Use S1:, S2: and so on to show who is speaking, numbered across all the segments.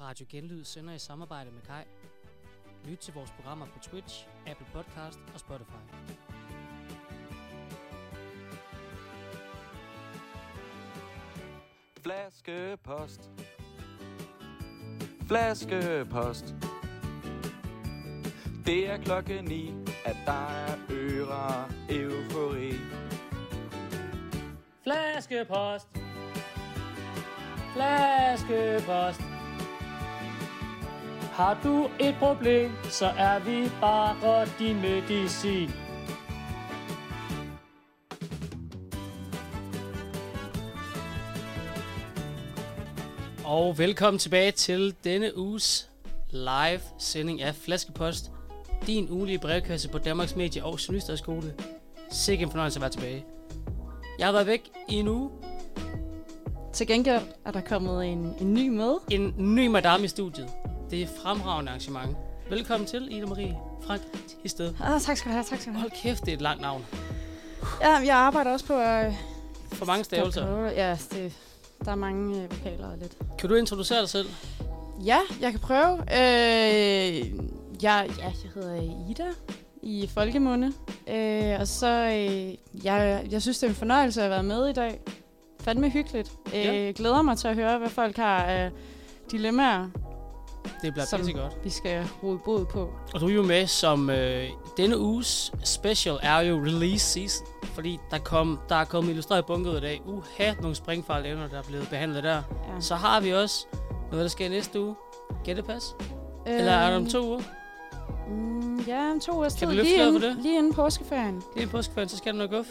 S1: Radio Genlyd sender i samarbejde med Kai. Lyt til vores programmer på Twitch, Apple Podcast og Spotify.
S2: Flaskepost. Flaskepost. Det er klokken ni, at der er øre eufori.
S1: Flaskepost! Flaskepost! Har du et problem, så er vi bare din medicin. Og velkommen tilbage til denne uges live sending af Flaskepost. Din ugelige brevkasse på Danmarks Medie- og Journalisterskole. Sikke en fornøjelse at være tilbage. Jeg har været væk i en uge.
S3: Til gengæld er der kommet en, en ny med.
S1: En ny madame i studiet. Det er et fremragende arrangement. Velkommen til, Ida Marie Frank Tisted.
S3: Ah, tak skal du have, tak skal du have.
S1: Hold kæft, det er et langt navn.
S3: Ja, jeg arbejder også på... Øh,
S1: For mange stavelser.
S3: Ja, det, der er mange øh, vokaler og lidt.
S1: Kan du introducere dig selv?
S3: Ja, jeg kan prøve. Øh, jeg, ja, jeg hedder Ida i folkemunde. Øh, og så, øh, jeg, jeg synes, det er en fornøjelse at være med i dag. Fandme hyggeligt. Øh,
S1: Ja.
S3: Glæder mig til at høre, hvad folk har af dilemmaer,
S1: Det bliver
S3: Som-
S1: pisse godt.
S3: vi skal rode bod på.
S1: Og du er jo med som øh, denne uges special er jo release season. Fordi der, kom, der er kommet illustreret bunker ud i dag. Uha, nogle springfarlige emner, der er blevet behandlet der.
S3: Ja.
S1: Så har vi også noget, der sker næste uge. Gættepas? Eller er det om
S3: Øhm,
S1: to uger?
S3: Mm, ja, om to ugers
S1: Kan
S3: tid.
S1: vi løfte
S3: lige,
S1: sløret
S3: inden,
S1: for det?
S3: lige inden påskeferien.
S1: Lige i påskeferien, så skal der noget guf.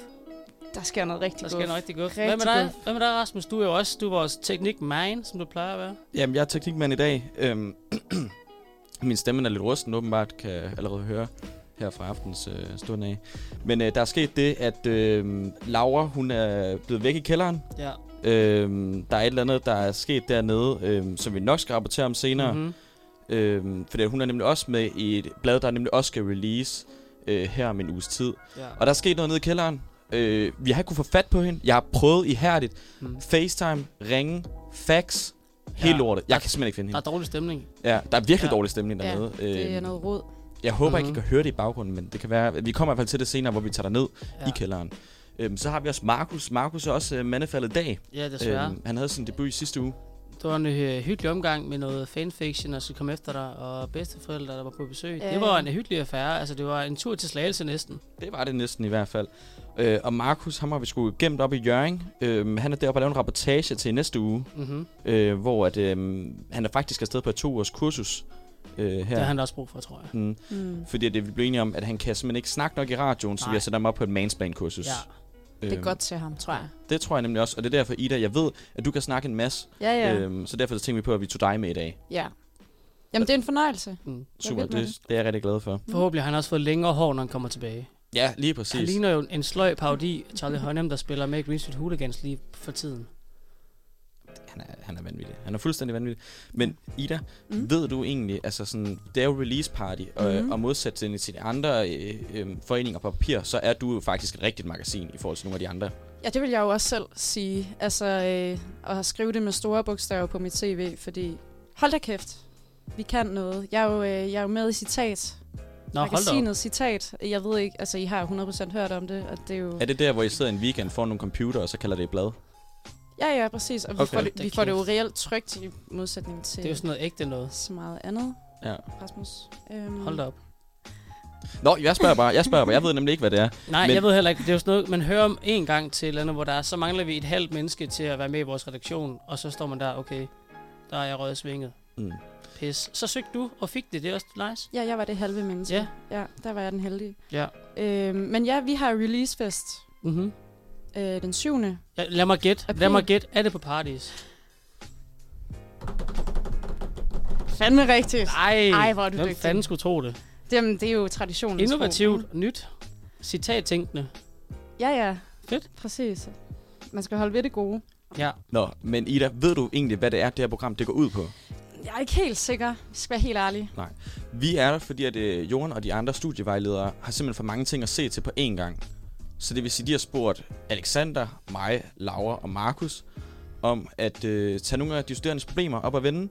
S3: Der sker noget rigtig
S1: Der skal noget rigtig guf.
S3: Rigtig
S1: Hvad med dig?
S3: guf.
S1: Hvad med dig, Rasmus? Du er jo også du er vores teknik man, som du plejer at være.
S2: Jamen, jeg er teknikmand i dag. Øhm, min stemme er lidt rusten, åbenbart, kan jeg allerede høre her fra aftens øh, stund af. Men øh, der er sket det, at øh, Laura, hun er blevet væk i kælderen.
S1: Ja.
S2: Øh, der er et eller andet, der er sket dernede, øh, som vi nok skal rapportere om senere.
S1: Mm-hmm.
S2: Øhm, fordi hun er nemlig også med i et blad, der nemlig også skal release øh, her om en uges tid.
S1: ja.
S2: Og der er sket noget nede i kælderen. Øh, vi har ikke kunne få fat på hende. Jeg har prøvet ihærdigt.
S1: Mm.
S2: FaceTime, ringe, fax. Helt
S1: Ja.
S2: ja. lortet. Jeg kan simpelthen ikke finde
S1: Der er
S2: hende.
S1: dårlig stemning.
S2: Ja, der er virkelig
S1: Ja.
S2: ja. dårlig stemning
S3: Ja,
S2: dernede. Ja,
S3: Det er noget rod.
S2: Jeg håber mm-hmm.
S1: Mhm.
S2: ikke, I kan høre det i baggrunden, men det kan være... Vi kommer i hvert fald til det senere, hvor vi tager dig ned
S1: Ja,
S2: ja. i kælderen. Øhm, så har vi også Markus. Markus er også øh, mandefaldet i dag.
S1: ja desværre. Øhm.
S2: han havde sin debut i sidste uge.
S1: Det var en øh, hyggelig omgang med noget fanfiction, og så kom efter dig, og bedsteforældre, der var på besøg. Øh. Det
S3: Øh.
S1: var en hyggelig affære. Altså, det var en tur til slagelse næsten.
S2: Det var det næsten i hvert fald. Øh, og Markus, ham har vi sgu gemt op i Jørgen. Øh, han er deroppe og laver en rapportage til næste uge,
S1: Mm-hmm.
S2: øh, hvor at, øh, han er faktisk afsted på et to års kursus øh,
S1: Ja. Det har
S2: her.
S1: han da også brug for, tror jeg.
S2: Mm,
S3: Mm.
S2: fordi det, vi blev enige om, at han kan simpelthen ikke snakke nok i radioen, så
S1: Nej.
S2: vi har sat ham op på et Øhm, mansplan-kursus.
S1: Ja.
S3: Det er godt til ham, tror jeg.
S2: Det tror jeg nemlig også, og det er derfor, Ida, jeg ved, at du kan snakke en masse.
S3: Ja, ja. Øh.
S2: Øhm, så derfor så tænkte vi på, at vi tog dig med i dag.
S3: ja. Jamen, det er en fornøjelse.
S1: Mm.
S2: Super,
S3: vildt med
S2: det, det er jeg rigtig glad for.
S1: Forhåbentlig har han også fået længere hår, når han kommer tilbage.
S2: Ja, lige
S1: Han
S2: præcis.
S1: ligner jo en sløj parodi af Charlie Hunnam, der spiller med i Green Street Hooligans lige for tiden.
S2: Han er, han er vanvittig. Han er fuldstændig vanvittig. Men Ida,
S3: Mm.
S2: Mm. Ved du egentlig, altså sådan, det er jo release party, og,
S3: Mhm.
S2: mm. og modsat til, til de andre øh, øh, foreninger på papir, så er du jo faktisk et rigtigt magasin i forhold til nogle af de andre.
S3: Ja, det vil jeg jo også selv sige. Altså, øh, at skrive det med store bogstaver på mit CV, fordi hold da kæft, vi kan noget. Jeg er jo, øh, jeg er jo med i citat.
S1: Nå, hold da op.
S3: Magasinet citat. Jeg ved ikke, altså I har 100% hørt om det, og det er jo...
S2: Er det der, hvor I sidder en weekend foran nogle computer, og så kalder det et blad?
S3: Ja, ja, præcis. Og vi,
S2: Okay.
S3: okay. får, det,
S1: Da
S3: vi får det jo
S1: kæft.
S3: reelt trygt i modsætning til
S1: Det er jo sådan noget ægte noget.
S3: så meget andet,
S2: Ja.
S3: Rasmus. Øhm,
S1: Hold da op.
S2: Nå, jeg spørger bare, jeg spørger bare, jeg ved nemlig ikke, hvad det er.
S1: Nej, men...
S2: Men-
S1: jeg ved heller ikke. Det er jo sådan noget, man hører om en gang til et eller andet, hvor der er, så mangler vi et halvt menneske til at være med i vores redaktion, og så står man der, okay, der er jeg røget i svinget.
S2: Mm.
S1: Pis. Så søgte du og fik det, det er også nice.
S3: Ja, jeg var det halve menneske.
S1: Ja.
S3: ja der var jeg den heldige.
S1: Ja.
S3: Øhm, men ja, vi har releasefest
S1: Mm-hmm.
S3: øh, den 7.
S1: Ja, lad mig gætte,
S3: April.
S1: lad mig gætte, er det på parties?
S3: Fandme rigtigt.
S1: Nej,
S3: Ej, hvor er du
S1: hvem
S3: dygtig.
S1: fanden skulle tro det?
S3: Jamen, det er jo traditionen.
S1: Innovativt, nyt, citattænkende.
S3: Ja, ja.
S1: Fedt.
S3: Præcis. Man skal holde ved det gode.
S1: Ja,
S2: Nå, men Ida, ved du egentlig, hvad det er, det her program det går ud på?
S3: Jeg er ikke helt sikker. Jeg skal være helt ærlig.
S2: Vi er der, fordi at øh, Jorden og de andre studievejledere har simpelthen for mange ting at se til på én gang. Så det vil sige, de har spurgt Alexander, mig, Laura og Markus om at øh, tage nogle af de studerendes problemer op og vende.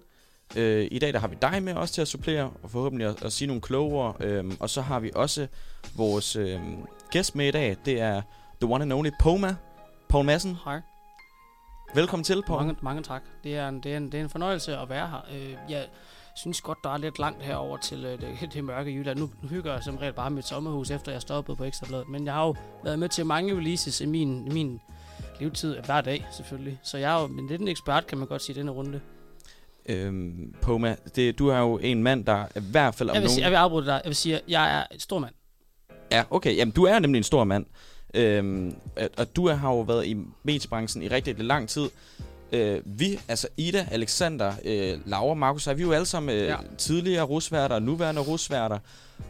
S2: Øh, I dag der har vi dig med også til at supplere, og forhåbentlig at, at sige nogle klogere. Øhm, og så har vi også vores øhm, gæst med i dag. Det er the one and only Poma. Paul Madsen,
S1: Hej.
S2: velkommen til, Paul.
S1: Mange, mange tak. Det er, en, det, er en, det er en fornøjelse at være her. Øh, jeg synes godt, der er lidt langt herover til øh, det, det mørke Jylland. Nu, nu hygger jeg som regel bare med mit sommerhus, efter jeg stoppede på Ekstrabladet. Men jeg har jo været med til mange releases i min, i min levetid øh, hver dag, selvfølgelig. Så jeg er jo en lidt en ekspert, kan man godt sige, i denne runde.
S2: Øhm, Poma, det, du er jo en mand, der i hvert fald om
S1: Jeg vil,
S2: nogen...
S1: sige, jeg vil afbryde dig. Jeg vil sige, jeg er en stor mand.
S2: Ja, okay. Jamen, du er nemlig en stor mand. Øhm, og- og du har jo været i mediebranchen i rigtig, rigtig lang tid. Øh, vi, altså Ida, Alexander, øh, Laura, Markus, er vi er jo alle sammen øh, ja.
S1: Ja.
S2: tidligere rusværter og nuværende rusværter.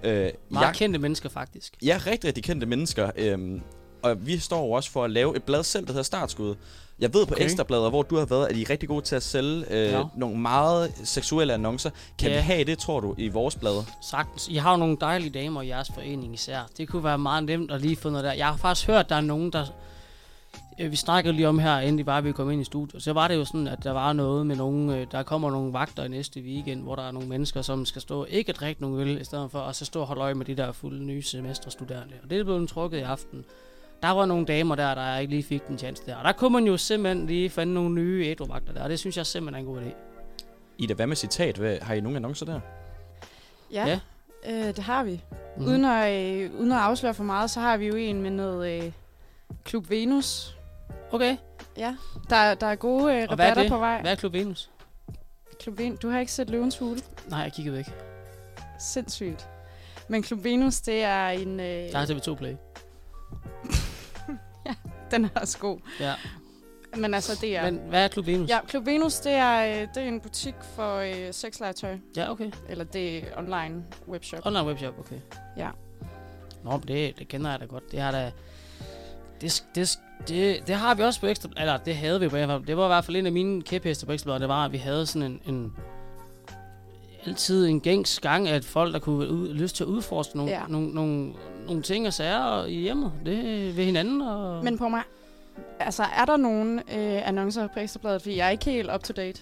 S2: Øh,
S1: Meget
S2: jeg,
S1: kendte mennesker, faktisk.
S2: jeg er rigtig, rigtig kendte mennesker. Øhm, og vi står jo også for at lave et blad selv, der hedder Startskud. Jeg ved på okay.
S1: Okay.
S2: Ekstrabladet, hvor du har været, at I er rigtig gode til at sælge øh,
S1: Ja.
S2: nogle meget seksuelle annoncer. Kan
S1: Ja.
S2: vi have det, tror du, i vores blad?
S1: Sagtens. I har jo nogle dejlige damer i jeres forening især. Det kunne være meget nemt at lige få noget der. Jeg har faktisk hørt, at der er nogen, der... Øh, Vi snakkede lige om her, inden de bare vi kom ind i studiet. Så var det jo sådan, at der var noget med nogle... øh, Der kommer nogle vagter i næste weekend, hvor der er nogle mennesker, som skal stå ikke at drikke nogen øl, i stedet for at så stå og holde øje med de der fulde nye semesterstuderende. Og det blev den trukket i aften. Der var nogle damer der, der ikke lige fik den chance der. Og der kunne man jo simpelthen lige finde nogle nye ædruvagter der, og det synes jeg simpelthen er en god idé.
S2: Ida, hvad med citat? Hvad, har I nogle annoncer der?
S1: Ja.
S3: Ja, ja. Øh, det har vi.
S1: Mhm.
S3: Uden, at, øh, uden at afsløre for meget, så har vi jo en med noget øh, Klub Venus.
S1: Okay,
S3: Ja, der, der er gode øh,
S1: Og hvad er
S3: rabatter
S1: det?
S3: på vej.
S1: hvad er Klub Venus?
S3: Klub Venus. Du har ikke set Løvens Hule?
S1: Nej, jeg kiggede væk.
S3: Sindssygt. Men Klub Venus, det er en... Øh,
S1: Der er TV2 Play.
S3: den er også god.
S1: Ja.
S3: Men altså, det er...
S1: Men hvad er Klub Venus?
S3: Ja, Klub Venus, det er, øh, det er en butik for øh, sexlegetøj.
S1: Ja, okay.
S3: Eller det er online webshop.
S1: Online webshop, okay.
S3: Ja.
S1: Nå, men det, det kender jeg da godt. Det har da... Det, sk- det, sk- det, det har vi også på Ekstra... Eller, det havde vi på Ekstra Det var i hvert fald en af mine kæpheste på Ekstra Det var, at vi havde sådan en... en altid en gængs gang, at folk, der kunne ud, lyst til at udforske nogle, ja.
S3: Ja.
S1: nogle, nogle, nogle ting og sager og i hjemmet det, øh, ved hinanden. Og...
S3: Men på mig, altså er der nogen øh, annoncer på Ekstrabladet? Fordi jeg er ikke helt up to date.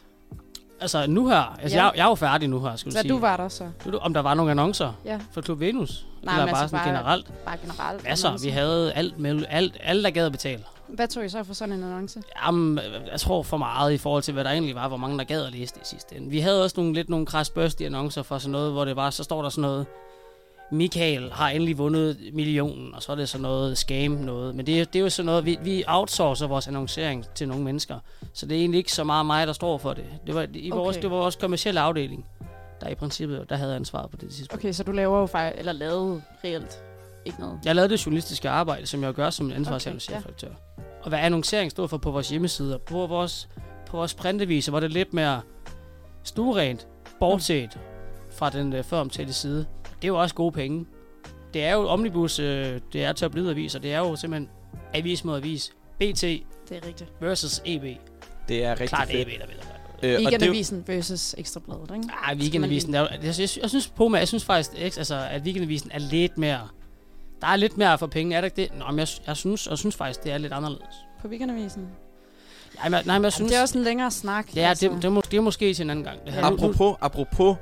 S1: altså, nu her... Altså,
S3: Ja.
S1: ja. jeg, jeg er jo færdig nu her, skulle
S3: Så
S1: sige.
S3: du var der så?
S1: Du- du- Om der var nogle annoncer
S3: Ja,
S1: for Klub Venus?
S3: Nej,
S1: eller
S3: men
S1: bare
S3: altså
S1: sådan
S3: bare-
S1: generelt?
S3: bare generelt.
S1: Altså, vi
S3: annoncer.
S1: havde alt, med, alt, alt der gad at betale.
S3: Hvad tog I så for sådan en annonce?
S1: Jamen, jeg tror for meget i forhold til, hvad der egentlig var, hvor mange der gad at læse det i sidste ende. Vi havde også nogle lidt nogle krasbørstige annoncer for sådan noget, hvor det var, så står der sådan noget, Michael har endelig vundet millionen, og så er det sådan noget scam noget. Men det, er- det er jo sådan noget, vi, vi outsourcer vores annoncering til nogle mennesker, så det er egentlig ikke så meget mig, der står for det. Det var, i vores,
S3: Okay.
S1: det var vores kommercielle afdeling, der i princippet der havde ansvaret på det tidspunkt.
S3: Okay, så du laver jo fejl, eller lavede reelt ikke noget.
S1: Jeg lavede det journalistiske arbejde, som jeg gør som en ansvarshavende
S3: Okay, ja.
S1: chefredaktør. Og hvad annoncering stod for på vores hjemmeside og på vores, på vores printeviser, var det lidt mere stuerent, bortset fra den øh, før omtalte side. Det er jo også gode penge. Det er jo Omnibus, øh, det er tabloidaviser, det er jo simpelthen avis mod avis. BT
S3: Det er rigtigt.
S1: versus EB.
S2: Det er rigtig
S1: Klart EB,
S2: fedt.
S1: der vinder.
S2: Øh, og det er jo-
S3: Weekendavisen versus Ekstrabladet, ikke?
S1: Nej, Ah, weekendavisen er jo, jeg, synes, jeg synes på med, jeg synes faktisk, ikke, altså, at weekendavisen er lidt mere, der er lidt mere for penge, er der ikke det? Nå, men jeg, jeg, synes, jeg synes faktisk, det er lidt anderledes.
S3: På Weekendavisen.
S1: Nej, men, nej, men jeg
S3: Synes...
S1: synes,
S3: Det er også en længere snak. altså.
S1: ja, det, det, er må, det er måske til en anden gang. Det her. Nu- nu-
S2: Apropos, apropos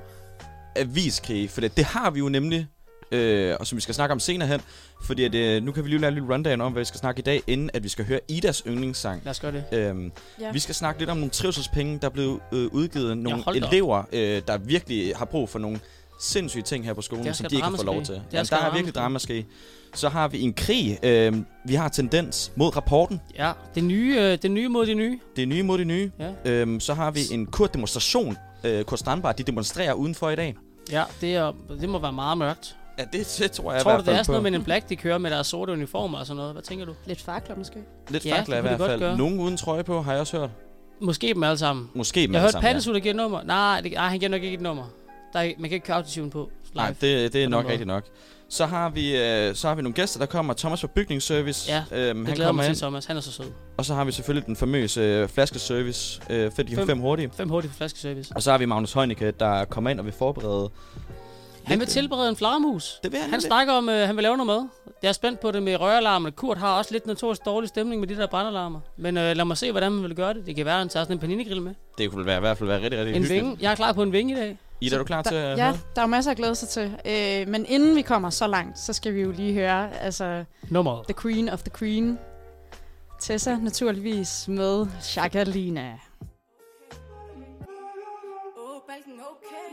S2: aviskrige, for det, det har vi jo nemlig, øh, og som vi skal snakke om senere hen, fordi at, øh, nu kan vi lige lave en lille rundown om, hvad vi skal snakke i dag, inden at vi skal høre Idas yndlingssang.
S1: Lad os gøre det.
S2: Øhm,
S3: Ja.
S2: Vi skal snakke lidt om nogle trivselspenge, der blev øh, udgivet. Nogle
S1: hold da op.
S2: elever, øh, der virkelig har brug for nogle sindssyge ting her på skolen,
S1: Der
S2: som
S1: skal
S2: de ikke har fået lov
S1: dramaske.
S2: til.
S1: Der
S2: Jamen,
S1: skal
S2: der er virkelig
S1: dramaske.
S2: dramaske. Så har vi en krig. Øh, vi har tendens mod rapporten.
S1: Ja, det nye, øh, det nye mod det nye.
S2: Det er nye mod det nye.
S1: Ja,
S2: Øhm, så har vi en kort demonstration. Øh, Kurt Strandbar, de demonstrerer udenfor i dag.
S1: ja det, er, det må være meget mørkt.
S2: Ja, det, det tror jeg
S1: Jeg Tror du, det er sådan noget med en black, de kører med deres sorte uniformer og sådan noget? Hvad tænker du?
S3: Lidt fakler måske.
S2: Lidt
S1: Ja,
S2: fakler i
S1: det kunne de
S2: hvert
S1: godt
S2: fald.
S1: gøre.
S2: Nogen uden trøje på, har jeg også hørt.
S1: Måske dem alle sammen.
S2: Måske med
S1: Jeg hørte
S2: sammen, ja.
S1: Pattesu, der giver et nummer. Nej, det, nej, han giver nok ikke et nummer. Der er, man kan ikke køre autotune på live.
S2: Nej, det, det er
S1: på
S2: nok
S1: den måde.
S2: rigtigt nok. Så har, vi, øh, så har vi nogle gæster, der kommer. Thomas fra Bygningsservice.
S1: Ja,
S2: øhm,
S1: det
S2: han
S1: glæder
S2: kommer
S1: mig
S2: ind.
S1: til, Thomas. Han er så sød.
S2: Og så har vi selvfølgelig den famøse øh, flaskeservice, øh, fedt de har
S1: Fem.
S2: fem hurtige.
S1: Fem hurtigt for flaskeservice.
S2: Og så har vi Magnus Heunicke, der kommer ind og vil forberede
S1: Han vil tilberede en flagermus.
S2: Det vil han
S1: Han
S2: nemlig.
S1: snakker om, øh, han vil lave noget mad. Jeg er spændt på det med røgalarmerne. Kurt har også lidt notorisk dårlig stemning med de der brandalarmer. Men øh, lad mig se, hvordan man vil gøre det. Det kan være, at han tager sådan en paninegrill med.
S2: Det kunne være, i hvert fald være rigtig, rigtig
S1: en
S2: hyggeligt.
S1: vinge. Jeg er klar på en vinge i dag.
S2: Ida, er du klar til
S3: Der,
S2: at
S3: ja,
S2: høre?
S3: der er jo masser at glæde sig til. Øh, men inden vi kommer så langt, så skal vi jo lige høre, altså,
S1: Nummeret.
S3: The Queen of the Queen. Tessa naturligvis med Chakalina.
S4: Åh, balken okay.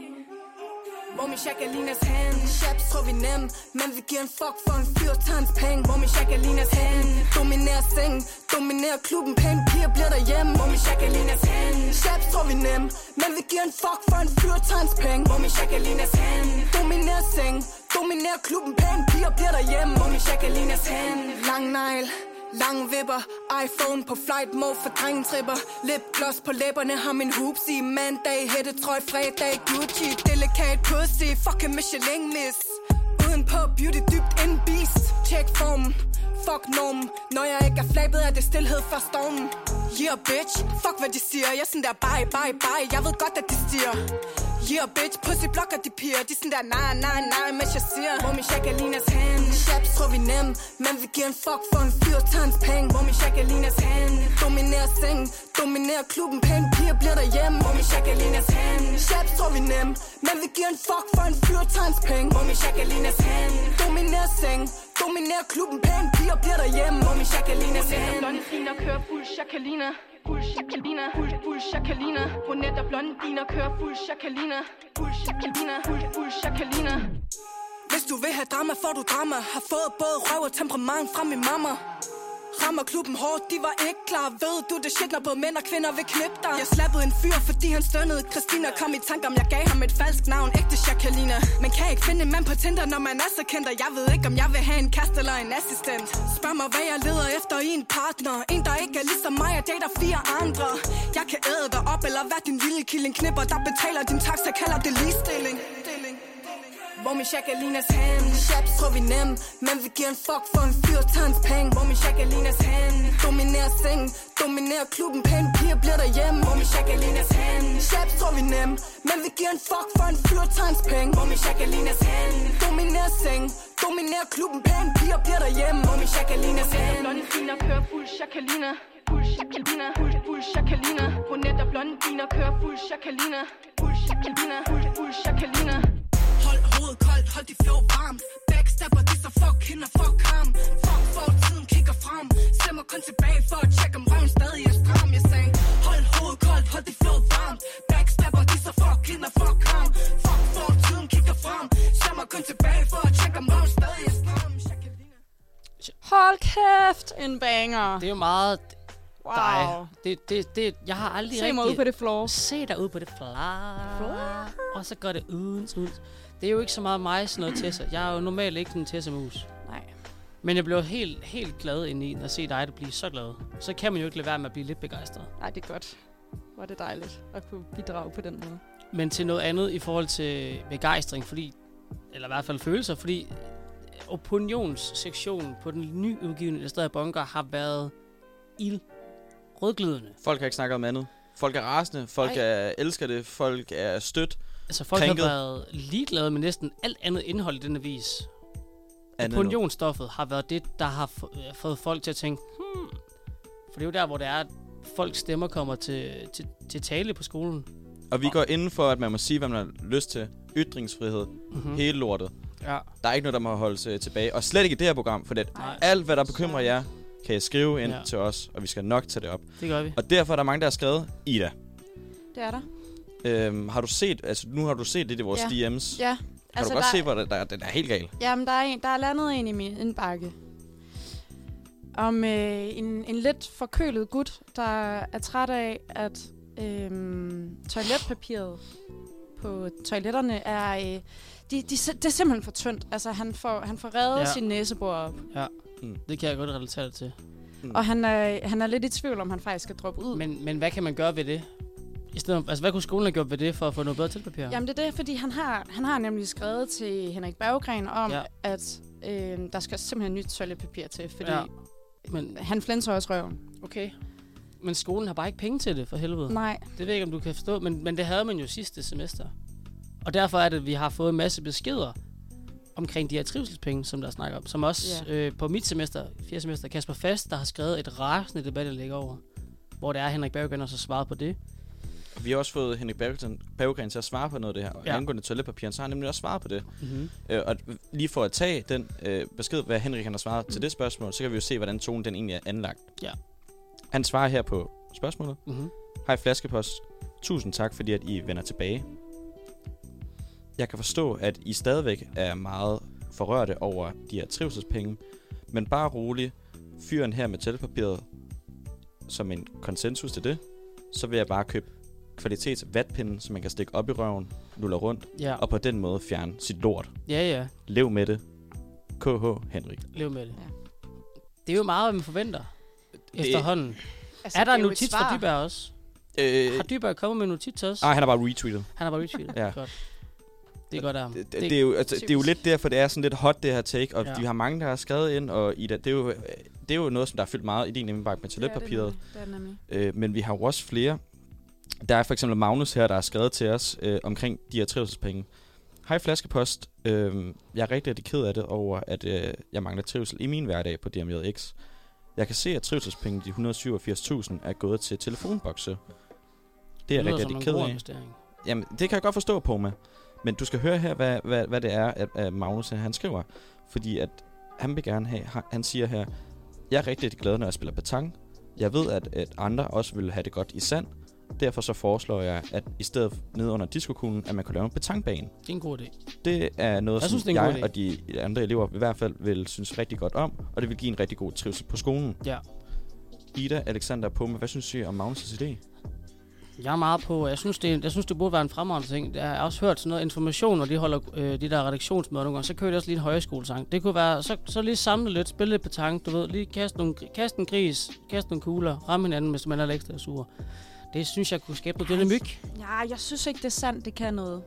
S4: Hvor min Jacquelinas hand Chaps tror vi nem Men vi giver en fuck for en fyr Tager hans penge Hvor min Jacquelinas hand Dominerer sengen Dominerer klubben Penge piger bliver derhjemme Hvor min Jacquelinas hand Chaps tror vi nem Men vi giver en fuck for en fyr Tager hans penge Hvor min Jacquelinas hand Dominerer sengen Dominerer klubben Penge piger bliver derhjemme Hvor min Jacquelinas hand Lang negl Lange vipper, iPhone på flight mode for drengetripper Lipgloss på læberne har min hoops i Mandag, hættetrøj, fredag, Gucci Delikat pussy, fucking Michelin miss Uden på beauty dybt in beast Check formen, fuck normen Når jeg ikke er flabet, er det stillhed før stormen Yeah bitch, fuck hvad de siger Jeg er sådan der bye bye bye, jeg ved godt at de stiger Yeah bitch, pussy blokker de piger De er sådan der nej nej nej, mens jeg siger Hvor min Jacquelinas hand Chaps tror vi nem, men vi giver en fuck for en fyr Tager hans penge, hvor min Jacquelinas hand Dominerer sengen, dominerer klubben Pæne piger bliver derhjemme, hvor min Jacquelinas hand Chaps tror vi nem, men vi giver en fuck for en fyr Tager hans penge, hvor min Jacquelinas hand Dominerer sengen, dominerer klubben Pæne piger bliver derhjemme, hvor min Jacquelinas hand
S5: blonde griner, kører fuld chakalina. Fuld chakalina, fuld, fuld chakalina. Brunetter, blonde griner, kører fuld chakalina. Fuld chakalina, fuld, fuld chakalina.
S4: Hvis du vil have drama, får du drama Har fået både røv og temperament fra min mamma Rammer klubben hårdt, de var ikke klar Ved du det shit, når både mænd og kvinder vil knippe dig Jeg slappede en fyr, fordi han stønnede Christina kom i tanke om, jeg gav ham et falsk navn Ægte Jacqueline Man kan ikke finde en mand på Tinder, når man er så kendt Og jeg ved ikke, om jeg vil have en kæreste eller en assistent Spørg mig, hvad jeg leder efter i en partner En, der ikke er ligesom mig, jeg dater fire andre Jeg kan æde dig op, eller hvad din lille killing knipper Der betaler din taxa, kalder det ligestilling hvor min Jacquelinas hand Chaps tror vi nem Men vi giver en fuck for en fyr Tager hans penge Hvor min Jacquelinas hand Dominerer sengen Dominerer klubben Pæne piger bliver derhjemme Hvor min Jacquelinas hand Chaps tror vi nem Men vi giver en fuck for en fyr Tager hans penge Hvor min Jacquelinas hand Dominerer sengen Dominerer klubben Pæne piger bliver derhjemme Hvor min Jacquelinas hand
S5: Blonde griner, kører fuld chakalina. Fuld chakalina, fuld, fuld chakalina. Brunetter, blonde griner, kører fuld chakalina. Fuld chakalina, fuld, fuld chakalina.
S4: Hold hovedet koldt, hold de flå varm Backstabber, de så fuck hende og fuck ham Fuck fortiden, kigger frem Se mig kun tilbage for at tjekke om røven stadig er stram Jeg sagde, hold hovedet koldt, hold de flå varm Backstabber, de så fuck hende og fuck ham Fuck fortiden, kigger frem Se mig kun tilbage for at tjekke om røven stadig er stram Jacqueline.
S3: Hold kæft, en banger.
S1: Det er jo meget
S3: wow.
S1: dig. Det, det, det, jeg har aldrig
S3: Se mig
S1: rigtig-
S3: ud på det floor.
S1: Se dig ud på det flare. Og så går det uden ud. Det er jo ikke så meget mig sådan noget Tessa. Jeg er jo normalt ikke en Tessa-mus.
S3: Nej.
S1: Men jeg blev helt, helt glad indeni, når jeg ser dig, der blive så glad. Så kan man jo ikke lade være med at blive lidt begejstret.
S3: Nej, det er godt. Hvor er det dejligt at kunne bidrage på den måde.
S1: Men til noget andet i forhold til begejstring, fordi, eller i hvert fald følelser, fordi opinionssektionen på den nyudgivende Estrada Bunker har været ild rødglødende.
S2: Folk har ikke snakket om andet. Folk er rasende, folk
S1: Nej.
S2: er, elsker det, folk er stødt.
S1: Altså folk
S2: Krænket.
S1: har været ligeglade med næsten alt andet indhold i denne avis.
S2: af andet end-
S1: Opinionsstoffet har været det, der har få- øh, fået folk til at tænke, hmm. For det er jo der, hvor det er, at folks stemmer kommer til, til, til tale på skolen.
S2: Og vi går inden for, at man må sige, hvad man har lyst til. Ytringsfrihed. Mm-hmm. Hele lortet.
S1: Ja.
S2: Der er ikke noget, der må holdes øh, tilbage. Og slet ikke i det her program, for det
S1: Nej.
S2: alt, hvad der bekymrer jer, kan I skrive ind ja.
S1: Ja.
S2: til os, og vi skal nok tage det op.
S1: Det gør vi.
S2: Og derfor er der mange, der har skrevet, Ida,
S3: Det er der.
S2: øhm, har du set, altså nu har du set lidt i vores
S3: Ja.
S2: ja. DM's. Ja.
S3: Ja.
S2: Kan altså, du godt der... se, hvor der, der, den er helt gal?
S3: Jamen, der er, en, der er landet en i min indbakke. Om øh, en, en lidt forkølet gut, der er træt af, at øh, toiletpapiret på toiletterne er... Øh, de, de, det er simpelthen for tyndt. Altså, han får, han får reddet ja.
S1: Ja.
S3: sin næsebord op.
S1: Det kan jeg godt relatere til.
S3: Og han er, han er lidt i tvivl, om han faktisk skal droppe ud. Men,
S1: Men, men hvad kan man gøre ved det? I stedet, altså, hvad kunne skolen have gjort ved det for at få noget bedre tilpapir?
S3: Jamen, det er det, fordi han har, han har nemlig skrevet til Henrik Berggren om, ja.
S1: Ja.
S3: at øh, der skal simpelthen nyt toiletpapir til, fordi ja.
S1: Ja. Men,
S3: han flænser også røven.
S1: okay. Men skolen har bare ikke penge til det, for helvede.
S3: Nej,
S1: Det ved jeg ikke, om du kan forstå, men, men det havde man jo sidste semester. Og derfor er det, at vi har fået en masse beskeder omkring de her trivselspenge, som der er snak om. Som også
S3: Ja.
S1: øh, på mit semester, fjerde semester, Kasper Fast, der har skrevet et rasende debatindlæg over, hvor det er Henrik Berggren også har svaret på det.
S2: Vi har også fået Henrik Berggren, Berggren til at svare på noget af det her. Og
S1: Ja.
S2: ja. angående toiletpapir, så har han nemlig også svaret på det.
S1: Mm-hmm.
S2: Øh, og lige for at tage den øh, besked, hvad Henrik han har svaret til det spørgsmål, så kan vi jo se, hvordan tonen den egentlig er anlagt.
S1: Ja.
S2: Han svarer her på spørgsmålet.
S1: Mm-hmm.
S2: Hej Flaskepost. Tusind tak, fordi at I vender tilbage. Jeg kan forstå, at I stadigvæk er meget forrørte over de her trivselspenge, men bare rolig, fyren her med tællepapiret som en konsensus til det, så vil jeg bare købe kvalitets vatpinde, som man kan stikke op i røven, nuller rundt,
S1: Ja.
S2: og på den måde fjerne sit lort.
S1: ja, ja.
S2: Lev med det. KH Henrik.
S1: Lev med det.
S3: Ja.
S1: Ja. Det er jo meget, hvad man forventer efterhånden.
S3: Altså,
S1: Er der
S3: det
S1: en
S3: jo et
S1: notits
S3: svar.
S1: fra Dyberg også?
S2: Øh,
S1: Har Dyberg kommet med en notits til os?
S2: nej, han har bare retweetet.
S1: Han har bare retweetet.
S2: Ja.
S1: ja. Godt. Det er godt af ham.
S2: Det, det, det, er jo, altså, det er jo
S3: typisk.
S2: lidt derfor, det er sådan lidt hot, det her take, og
S1: Ja.
S2: ja. vi har mange, der har skrevet ind, og Ida, det er jo, det er jo noget, som der er fyldt meget i din indbakke med toiletpapiret,
S3: Det er det nemlig.
S2: øh, men vi har jo også flere. Der er for eksempel Magnus her, der har skrevet til os øh, omkring de her trivselspenge. Hej Flaskepost, øh, jeg er rigtig, rigtig ked af det over, at øh, jeg mangler trivsel i min hverdag på DMJX. Jeg kan se, at trivselspenge de 187.000 er gået til telefonbokse. Det er jeg
S1: lyder
S2: rigtig,
S1: som
S2: rigtig ked
S1: en god
S2: af.
S1: investering.
S2: Jamen, det kan jeg godt forstå, Poma. Men du skal høre her, hvad, hvad, hvad det er, at, at Magnus her, han skriver. Fordi at han vil gerne have, han- han siger her, jeg er rigtig glad, når jeg spiller batang. Jeg ved, at, at andre også vil have det godt i sand. Derfor så foreslår jeg, at i stedet ned under diskokuglen, at man kunne lave en betangbane.
S1: Det er en god idé.
S2: Det er noget,
S1: Jeg
S2: som
S1: synes, det er en
S2: jeg
S1: god idé.
S2: og de andre elever i hvert fald vil synes rigtig godt om, og det vil give en rigtig god trivsel på skolen.
S1: Ja.
S2: Ida, Alexander og Poma, hvad synes I om Magnus' idé?
S1: Jeg er meget på, jeg synes, det, jeg synes, det burde være en fremragende ting. Jeg har også hørt sådan noget information, og de holder øh, de der redaktionsmøder nogle gange. Så kører de også lige en højskolesang. Det kunne være, så, så lige samle lidt, spille lidt på tank, du ved. Lige kaste, nogle, kaste en gris, kaste nogle kugler, ramme hinanden, hvis man er lidt ekstra sur. Det synes jeg kunne skabe noget dynamik.
S3: Ja, jeg synes ikke, det er sandt, det kan noget.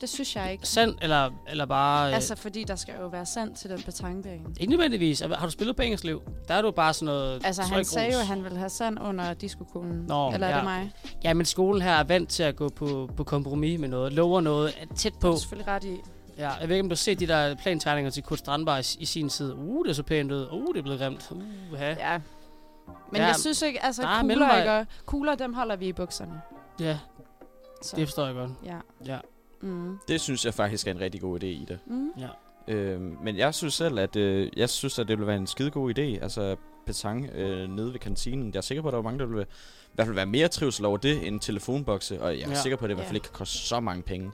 S3: Det synes jeg ikke.
S1: Sand, eller, eller bare... Øh,
S3: Altså, fordi der skal jo være sandt til den betonbane.
S1: Ikke nødvendigvis. Altså, Har du spillet på engelsk liv? Der er du bare sådan noget...
S3: Altså,
S1: så
S3: han
S1: ikke
S3: sagde jo,
S1: grus.
S3: at han ville have sand under diskokuglen.
S1: Nå,
S3: Eller er
S1: ja.
S3: det mig?
S1: Ja, men skolen her er vant til at gå på, på kompromis med noget, lover noget, er tæt
S3: Du
S1: på.
S3: er selvfølgelig ret i.
S1: Ja, jeg ved ikke, om du har set de der plantegninger til Kurt Strandbar i, i sin tid. Uh, det er så pænt ud. Uh, det er blevet grimt. Uh, ja.
S3: Ja. Men
S1: Ja,
S3: jeg synes ikke, altså
S1: der er
S3: kugler,
S1: mellemvej.
S3: ikke? og- Kugler, dem holder vi i bukserne.
S1: ja,
S3: Så.
S1: det forstår jeg godt.
S3: Ja.
S1: Ja.
S3: Mm.
S2: Det synes jeg faktisk er en rigtig god idé, Ida.
S3: Mm.
S2: Øh, men jeg synes selv, at øh, jeg synes, at det ville være en skide god idé. Altså petang øh, nede ved kantinen. Jeg er sikker på, at der var mange, der ville i hvert fald være mere trivsel over det end telefonbokse. Og jeg er
S1: Ja.
S2: ja. sikker på, at det i hvert
S3: Ja.
S2: fald ikke kan koste så mange penge.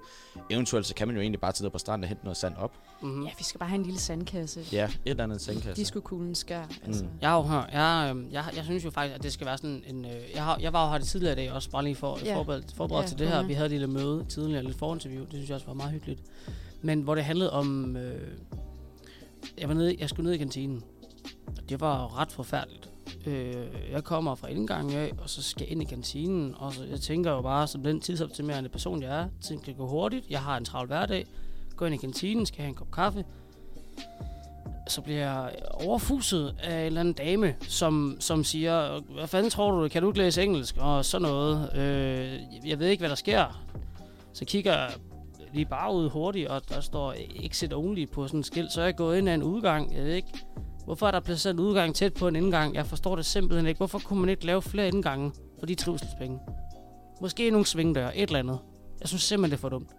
S2: Eventuelt så kan man jo egentlig bare tage ned på stranden og hente noget sand op.
S1: Mm-hmm.
S3: ja, vi skal bare have en lille sandkasse.
S2: Ja, et eller andet sandkasse.
S3: Diskokuglen skær. Altså.
S2: Mm.
S1: Jeg, har jo hørt, jeg, øhm, jeg, jeg synes jo faktisk, at det skal være sådan en... Øh, jeg, har, jeg var jo her det tidligere i dag også, bare lige for,
S3: Ja.
S1: yeah. forberedt, forberedt
S3: Ja,
S1: til det her.
S3: mhm.
S1: Vi havde et lille møde tidligere, lidt forinterview. Det synes jeg også var meget hyggeligt. Men hvor det handlede om... Øh, jeg, var nede, jeg skulle ned i kantinen. Og Det var jo ret forfærdeligt. Øh, jeg kommer fra indgangen af, og så skal jeg ind i kantinen. Og så, jeg tænker jo bare, som den tidsoptimerende person, jeg er, ting kan gå hurtigt. Jeg har en travl hverdag. Går ind i kantinen, skal have en kop kaffe så bliver jeg overfuset af en eller anden dame, som, som siger, hvad fanden tror du, kan du ikke læse engelsk? Og sådan noget. Øh, jeg ved ikke, hvad der sker. Så kigger jeg lige bare ud hurtigt, og der står exit only på sådan en skilt. Så er jeg gået ind af en udgang, jeg ved ikke. Hvorfor er der placeret en udgang tæt på en indgang? Jeg forstår det simpelthen ikke. Hvorfor kunne man ikke lave flere indgange for de trivselspenge? Måske nogle svingdøre, et eller andet. Jeg synes simpelthen, det er for dumt.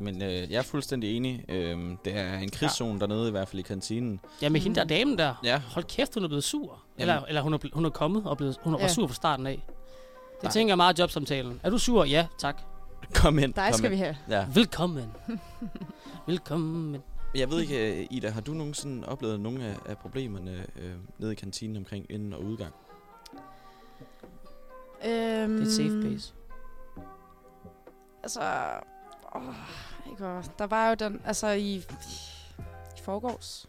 S2: Men øh, jeg er fuldstændig enig. Øh, det er en krigszone ja. dernede, i hvert fald i kantinen.
S1: Ja, med hende der damen der.
S2: Ja.
S1: Hold kæft, hun er blevet sur. Eller, eller hun, er, ble- hun er kommet og blevet, hun var
S3: Ja.
S1: sur fra starten af. Det
S2: Nej.
S1: tænker jeg meget i jobsamtalen. Er du sur? Ja, tak.
S2: Kom ind.
S3: Dig
S2: kom
S3: skal vi
S2: ind.
S3: have.
S2: Ja.
S1: Velkommen. Velkommen.
S2: Jeg ved ikke, øh, Ida, har du nogensinde oplevet nogle af, af problemerne øh, nede i kantinen omkring ind- og udgang?
S3: Øhm,
S1: Det er et safe base.
S3: Altså, åh, ikke hvor- der var jo den, altså i, i forgårs.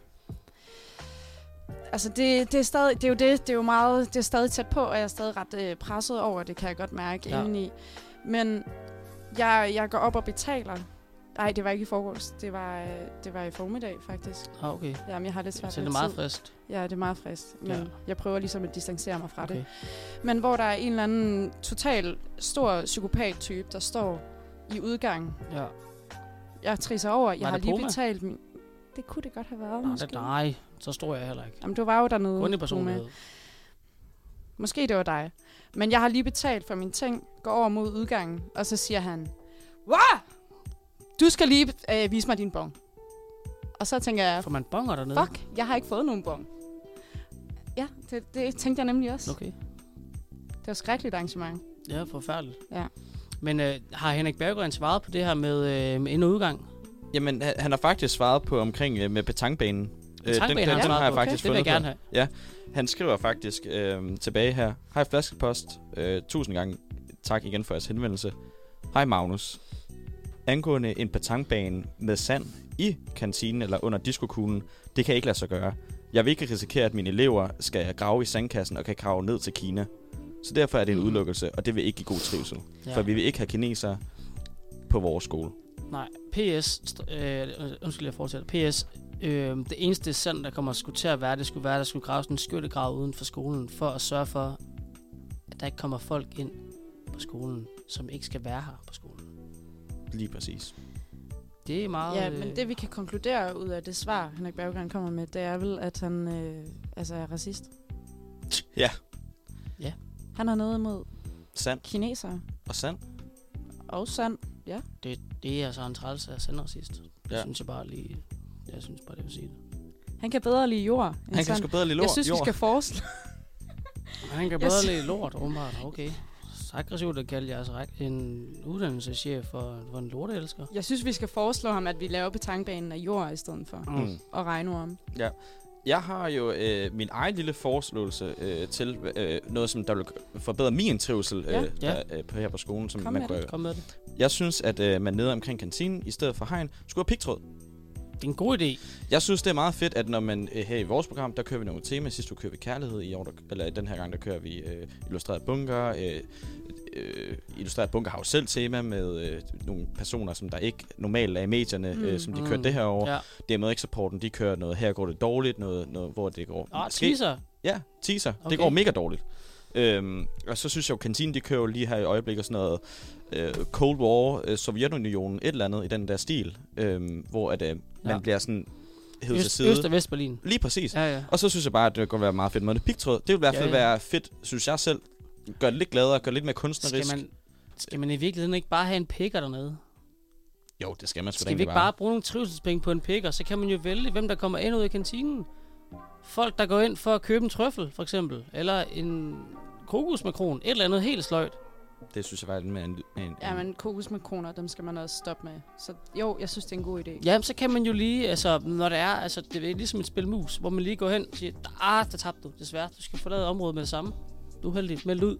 S3: Altså det, det er stadig, det er jo det, det er jo meget, det er stadig tæt på, og jeg er stadig ret øh, presset over, det kan jeg godt mærke
S1: Ja.
S3: ja. indeni. Men jeg, jeg går op og betaler. Nej, det var ikke i forgårs, det var, øh, det var i formiddag faktisk.
S1: Ah, okay.
S3: Jamen, jeg har lidt svært
S1: Så det er
S3: med
S1: meget
S3: tid.
S1: frist.
S3: Ja, det er meget frist, men
S1: Ja.
S3: ja. jeg prøver ligesom at distancere mig fra okay.
S1: Okay.
S3: det. Men hvor der er en eller anden total stor psykopat-type, der står i udgangen
S1: Ja.
S3: jeg trisser over. Jeg
S1: Var
S3: har
S1: det
S3: lige
S1: Poma?
S3: betalt min... Det kunne det godt have været,
S1: Nå, Ah, det,
S3: måske.
S1: nej, så stor er jeg heller ikke.
S3: Jamen, du var jo dernede.
S1: Grundig
S3: Poma.
S1: personlighed.
S3: Måske det var dig. Men jeg har lige betalt for mine ting, går over mod udgangen, og så siger han, Wah! Du skal lige øh, vise mig din bong. Og så tænker jeg,
S1: Får man bonger dernede?
S3: fuck, jeg har ikke fået nogen bong. Ja, det, det tænkte jeg nemlig også.
S1: Okay.
S3: Det var et skrækkeligt arrangement.
S1: Ja, forfærdeligt.
S3: Ja.
S1: Men øh, har Henrik Berggren svaret på det her med, øh, med ind- og udgang?
S2: Jamen, han, han har faktisk svaret på omkring øh, med betankbanen. Øh, den,
S1: Tankbanen
S2: den,
S1: han
S2: den
S1: svaret
S2: har jeg
S1: på.
S2: faktisk
S1: Det vil jeg
S2: fundet på.
S1: gerne have.
S2: Han skriver faktisk øh, tilbage her. Hej flaskepost. Øh, tusind gange tak igen for jeres henvendelse. Hej Magnus. Angående en petankbane med sand i kantinen eller under diskokuglen, det kan ikke lade sig gøre. Jeg vil ikke risikere, at mine elever skal grave i sandkassen og kan grave ned til Kina. Så derfor er det en
S1: Mhm.
S2: udelukkelse, og det vil ikke give god trivsel.
S1: Ja.
S2: Ja. For vi vil ikke have kinesere på vores skole.
S1: Nej, PS, st- øh, undskyld, jeg fortsætter. PS, øh, det eneste sand, der kommer skulle til at være, det skulle være, at der skulle graves en skyttegrav uden for skolen, for at sørge for, at der ikke kommer folk ind på skolen, som ikke skal være her på skolen.
S2: Lige præcis.
S1: Det er meget...
S3: Ja,
S2: øh,
S3: men det vi kan konkludere ud af det svar, Henrik Berggren kommer med, det er vel, at han øh, altså er racist.
S2: Ja.
S1: Ja.
S3: Han har noget imod
S2: Sand
S3: kinesere
S2: og sand.
S3: og sand.
S1: det, det er altså en træls af sender sidst. Det ja.
S2: Ja.
S1: synes jeg bare lige... Jeg synes bare, det vil sige det.
S3: Han kan bedre lide jord end
S2: Han kan
S3: sand.
S2: sgu bedre lide lort.
S3: Jeg synes, vi
S2: jord.
S3: skal foreslå,
S1: Men Han kan
S3: Jeg
S1: bedre
S3: sy-
S1: lide lort, åbenbart. Okay. Så aggressivt at kalde jeres ræk- en uddannelseschef for, for en lorteelsker.
S3: Jeg synes, vi skal foreslå ham, at vi laver betangbanen af jord i stedet for.
S2: Mm.
S3: Og regnorm.
S2: Jeg har jo øh, min egen lille foreslåelse øh, til øh, noget, som der vil forbedre min trivsel øh,
S3: Ja.
S2: Der, øh, på, her på skolen. Som
S3: Kom
S2: man
S3: med
S2: kunne,
S1: Kom med det.
S2: jeg synes, at øh, man nede omkring kantinen, i stedet for hegn, skulle have pigtråd.
S1: Det er en god idé.
S2: Jeg synes, det er meget fedt, at når man øh, her i vores program, der kører vi nogle temaer. Sidst du kører vi kærlighed, i år, der, eller den her gang, der kører vi øh, illustreret bunker. Øh, øh, illustreret bunker har jo selv tema med øh, nogle personer, som der ikke normalt er i medierne,
S3: Mm.
S2: øh, som de kørte
S1: Mm.
S2: det her år. Ja.
S1: Ja.
S2: Det er med ikke supporten, de kører noget, her går det dårligt, noget, noget hvor det går...
S1: Åh,
S2: Måske-
S1: Ah, teaser.
S2: Ja, teaser. Okay.
S1: Okay.
S2: Det går mega dårligt. Øhm, og så synes jeg jo, kantinen de kører jo lige her i øjeblikket sådan noget øh, Cold War, øh, Sovjetunionen, et eller andet i den der stil, øh, hvor at, øh, man
S1: Ja.
S2: ja. bliver sådan hævet til
S1: Øst,
S2: side.
S1: Øst- og Vestberlin.
S2: Lige præcis. Ja.
S1: Ja, ja.
S2: Og så synes jeg bare, at det kunne være meget fedt med noget pigtråd. Det ville i hvert
S1: Ja,
S2: fald ja,
S1: ja.
S2: ja. være fedt, synes jeg selv. Gør det lidt gladere, gør det lidt mere
S1: Skal
S2: kunstnerisk.
S1: man, skal man i virkeligheden ikke bare have en pikker dernede?
S2: Jo, det skal man sgu da
S1: Skal vi
S2: egentlig
S1: ikke bare bruge nogle trivselspenge på en pikker? Så kan man jo vælge, hvem der kommer ind og ud af kantinen. Folk, der går ind for at købe en trøffel, for eksempel. Eller en kokosmakron. Et eller andet helt sløjt.
S2: Det synes jeg var lidt mere en... en, en
S3: Ja, men kokosmakroner, dem skal man også stoppe med. Så jo, jeg synes, det er en god idé.
S1: Jamen, så kan man jo lige, altså, når det er, altså, det er ligesom et spil mus, hvor man lige går hen og siger, ah, der tabte du, desværre, du skal forlade området med det samme. Du er heldig, meld ud.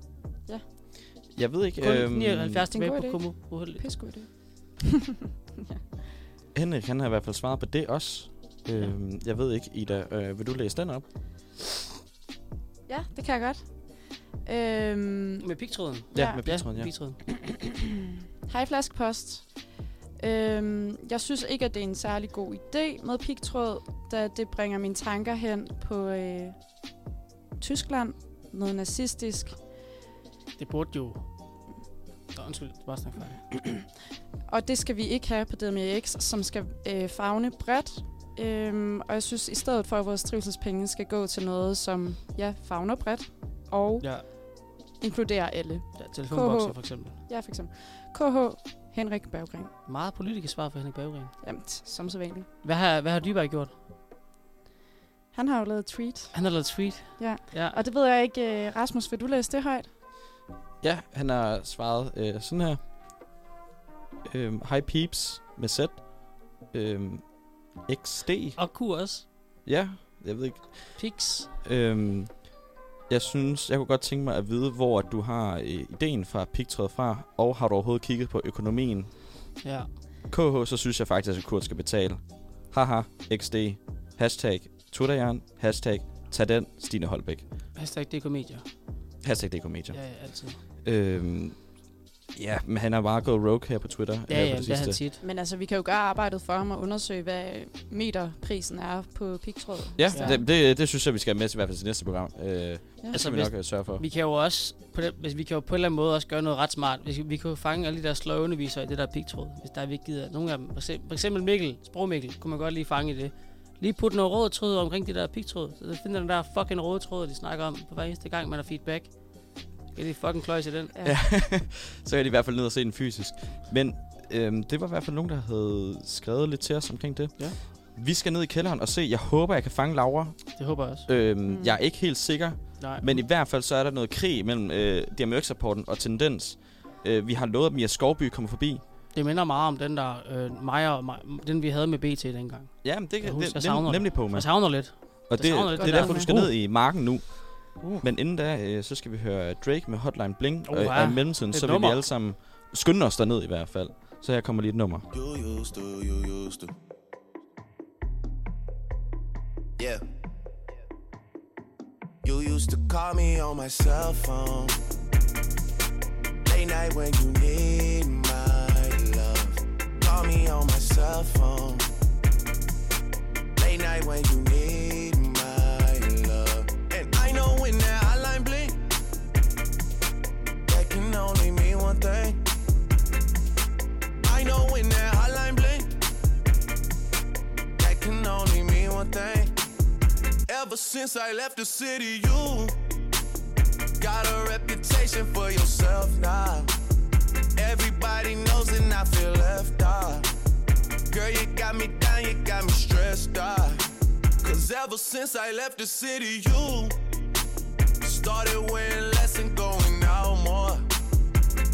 S2: Jeg ved ikke...
S1: Kun øhm, 79
S3: det er en
S1: tilbage på
S3: god idé.
S1: Kumu. Uheldigt.
S3: Pisse god idé.
S2: Henrik, han har i hvert fald svaret på det også. Øhm, Jeg ved ikke, Ida, øh, vil du læse den op?
S3: Ja, det kan jeg godt. Øhm,
S1: Med pigtråden.
S3: Ja.
S2: med pigtråden,
S1: Ja,
S2: ja.
S1: pigtråden.
S3: Hej flaskepost. Øhm, jeg synes ikke, at det er en særlig god idé med pigtråd, da det bringer mine tanker hen på øh, Tyskland. Noget nazistisk.
S1: Det burde jo... Nå, undskyld, bare snak færdig.
S3: Og det skal vi ikke have på DMX, som skal øh, fagne bredt. Øhm, og jeg synes, i stedet for, at vores trivselspenge skal gå til noget, som ja, fagner bredt og
S1: Ja,
S3: inkluderer alle.
S1: ja telefonbokser
S3: KH.
S1: for eksempel.
S3: Ja, for eksempel KH Henrik Berggren.
S1: Meget politikersvar for Henrik Berggren.
S3: Jamen, t- som så vanligt.
S1: Hvad har, hvad har Dyberg gjort?
S3: Han har jo lavet et tweet.
S1: Han har lavet tweet.
S3: Ja.
S1: ja.
S3: Og det ved jeg ikke, øh, Rasmus, vil du læse det højt?
S2: Ja, han har svaret øh, sådan her. Øhm, Hi peeps med Z. Øhm, XD.
S1: Og kurs.
S2: Ja, jeg ved ikke.
S1: Pix.
S2: Øhm, jeg synes, jeg kunne godt tænke mig at vide, hvor at du har øh, ideen fra pigtrådet fra, og har du overhovedet kigget på økonomien?
S1: Ja.
S2: KH, så synes jeg faktisk, at Kurt skal betale. Haha, XD. Hashtag Tutterjern. Hashtag Tag den, Stine Holbæk.
S1: Hashtag DK Media.
S2: Hashtag DK Media.
S1: Ja, ja, altid.
S2: Øhm, Ja, men han har bare gået rogue her på Twitter.
S1: Ja,
S2: øh,
S1: ja,
S2: på
S1: det er han
S2: sidste.
S1: tit.
S3: Men altså, vi kan jo gøre arbejdet for ham og undersøge, hvad meterprisen er på pigtråd.
S2: Ja,
S1: Ja.
S2: det, det, det synes jeg, vi skal have med til i hvert fald til næste program. Øh, det
S1: Altså,
S2: skal vi
S1: hvis-
S2: nok øh, sørge for.
S1: Vi kan jo også på, den, hvis vi kan jo på en eller anden måde også gøre noget ret smart. Hvis vi kan jo fange alle de der sløje undervisere i det der pigtråd, hvis der er vigtigt. Nogle af dem, for eksempel, for eksempel Mikkel, sprogmikkel, kunne man godt lige fange i det. Lige putte noget rød tråd omkring de der pigtråd. Så det finder den der fucking røde tråd, de snakker om på hver eneste gang, man har feedback. Kan de fucking kløjs i den?
S2: Ja. så er de i hvert fald ned og se den fysisk. Men øhm, det var i hvert fald nogen, der havde skrevet lidt til os omkring det.
S1: Ja.
S2: Vi skal ned i kælderen og se. Jeg håber, jeg kan fange Laura.
S1: Det håber jeg også.
S2: Øhm, mm.
S3: Mm.
S2: Jeg er ikke helt sikker,
S1: Nej.
S2: men i hvert fald så er der noget krig mellem øh, DMX-rapporten og Tendens. Øh, vi har lovet, at Mia Skovby kommer forbi.
S1: Det minder meget om den der, øh, mig og mig, den vi havde med BT dengang.
S2: Ja, men det,
S1: Jeg
S2: kan
S1: husker,
S2: det, nem,
S1: jeg savner
S2: nemlig på, man.
S1: Jeg savner lidt.
S2: Og
S1: jeg
S2: det,
S1: savner
S2: det,
S1: lidt
S2: det
S1: den
S2: er
S1: der
S2: derfor, du skal
S1: med-
S2: ned i marken nu.
S1: Uh.
S2: Men inden da, øh, så skal vi høre Drake med Hotline Bling.
S1: Oha,
S2: og, og i mellemtiden,
S1: et
S2: så vil
S1: nummer.
S2: vi alle sammen skynde os derned i hvert fald. Så her kommer lige et nummer.
S6: You used to, you used to. Yeah. You used to call me on my cell phone. Late night when you need my love. Call me on my cell phone. Late night when you need my love. And I know when that hotline bling, that can only mean one thing. I know when that hotline bling, that can only mean one thing. Ever since I left the city, you got a reputation for yourself now. Everybody knows and I feel left out. Girl, you got me down, you got me stressed out. Cause ever since I left the city, you started wearing less and going out more.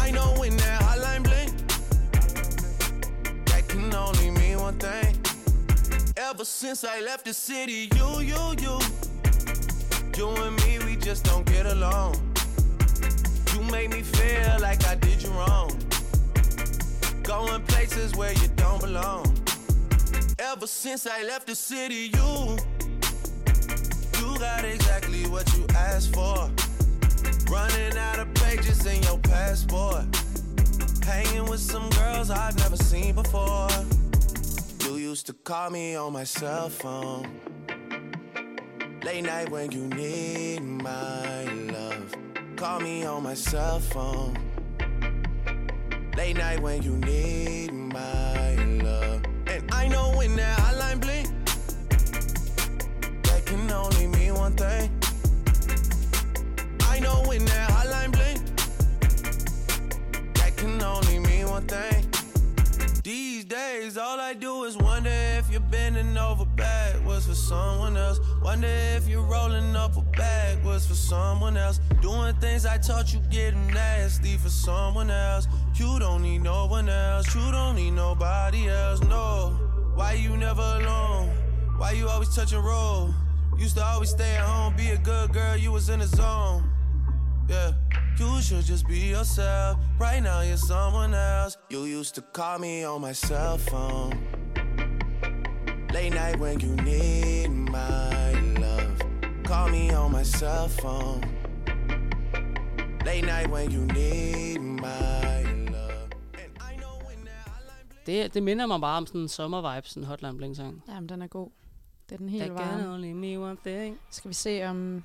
S6: I know when that hotline bling, that can only mean one thing. Ever since I left the city, you, you, you, you and me, we just don't get along. You make me feel like I did you wrong. Going places where you don't belong. Ever since I left the city, you, you got exactly what you asked for. Running out of pages in your passport. Hanging with some girls I've never seen before. You used to call me on my cell phone. Late night when you need my love. Call me on my cell phone. Late night when you need my love. And I know when that hotline bling, that can only mean one thing. I know when that hotline bling, that can only mean one thing. These days, all I do is wonder if you're bending over backwards for someone else. Wonder if you're rolling up a bag was for someone else. Doing things I taught you getting nasty for someone else. You don't need no one else. You don't need nobody else. No. Why you never alone? Why you always touch and roll? Used to always stay at home, be a good girl. You was in the zone. Yeah, you should just be yourself. Right now, you're someone else. You used to call me on my cell phone. Late night when you need my love. Call me on my cell phone. Late night when you need my love. And I know when that hotline bling-
S1: Det, det minder mig bare om sådan en sommervibe, sådan en Hotline Bling sang.
S3: Jamen, den er god. Det er den
S1: That
S3: helt
S1: can
S3: varme.
S1: only mean one thing.
S3: Skal vi se, om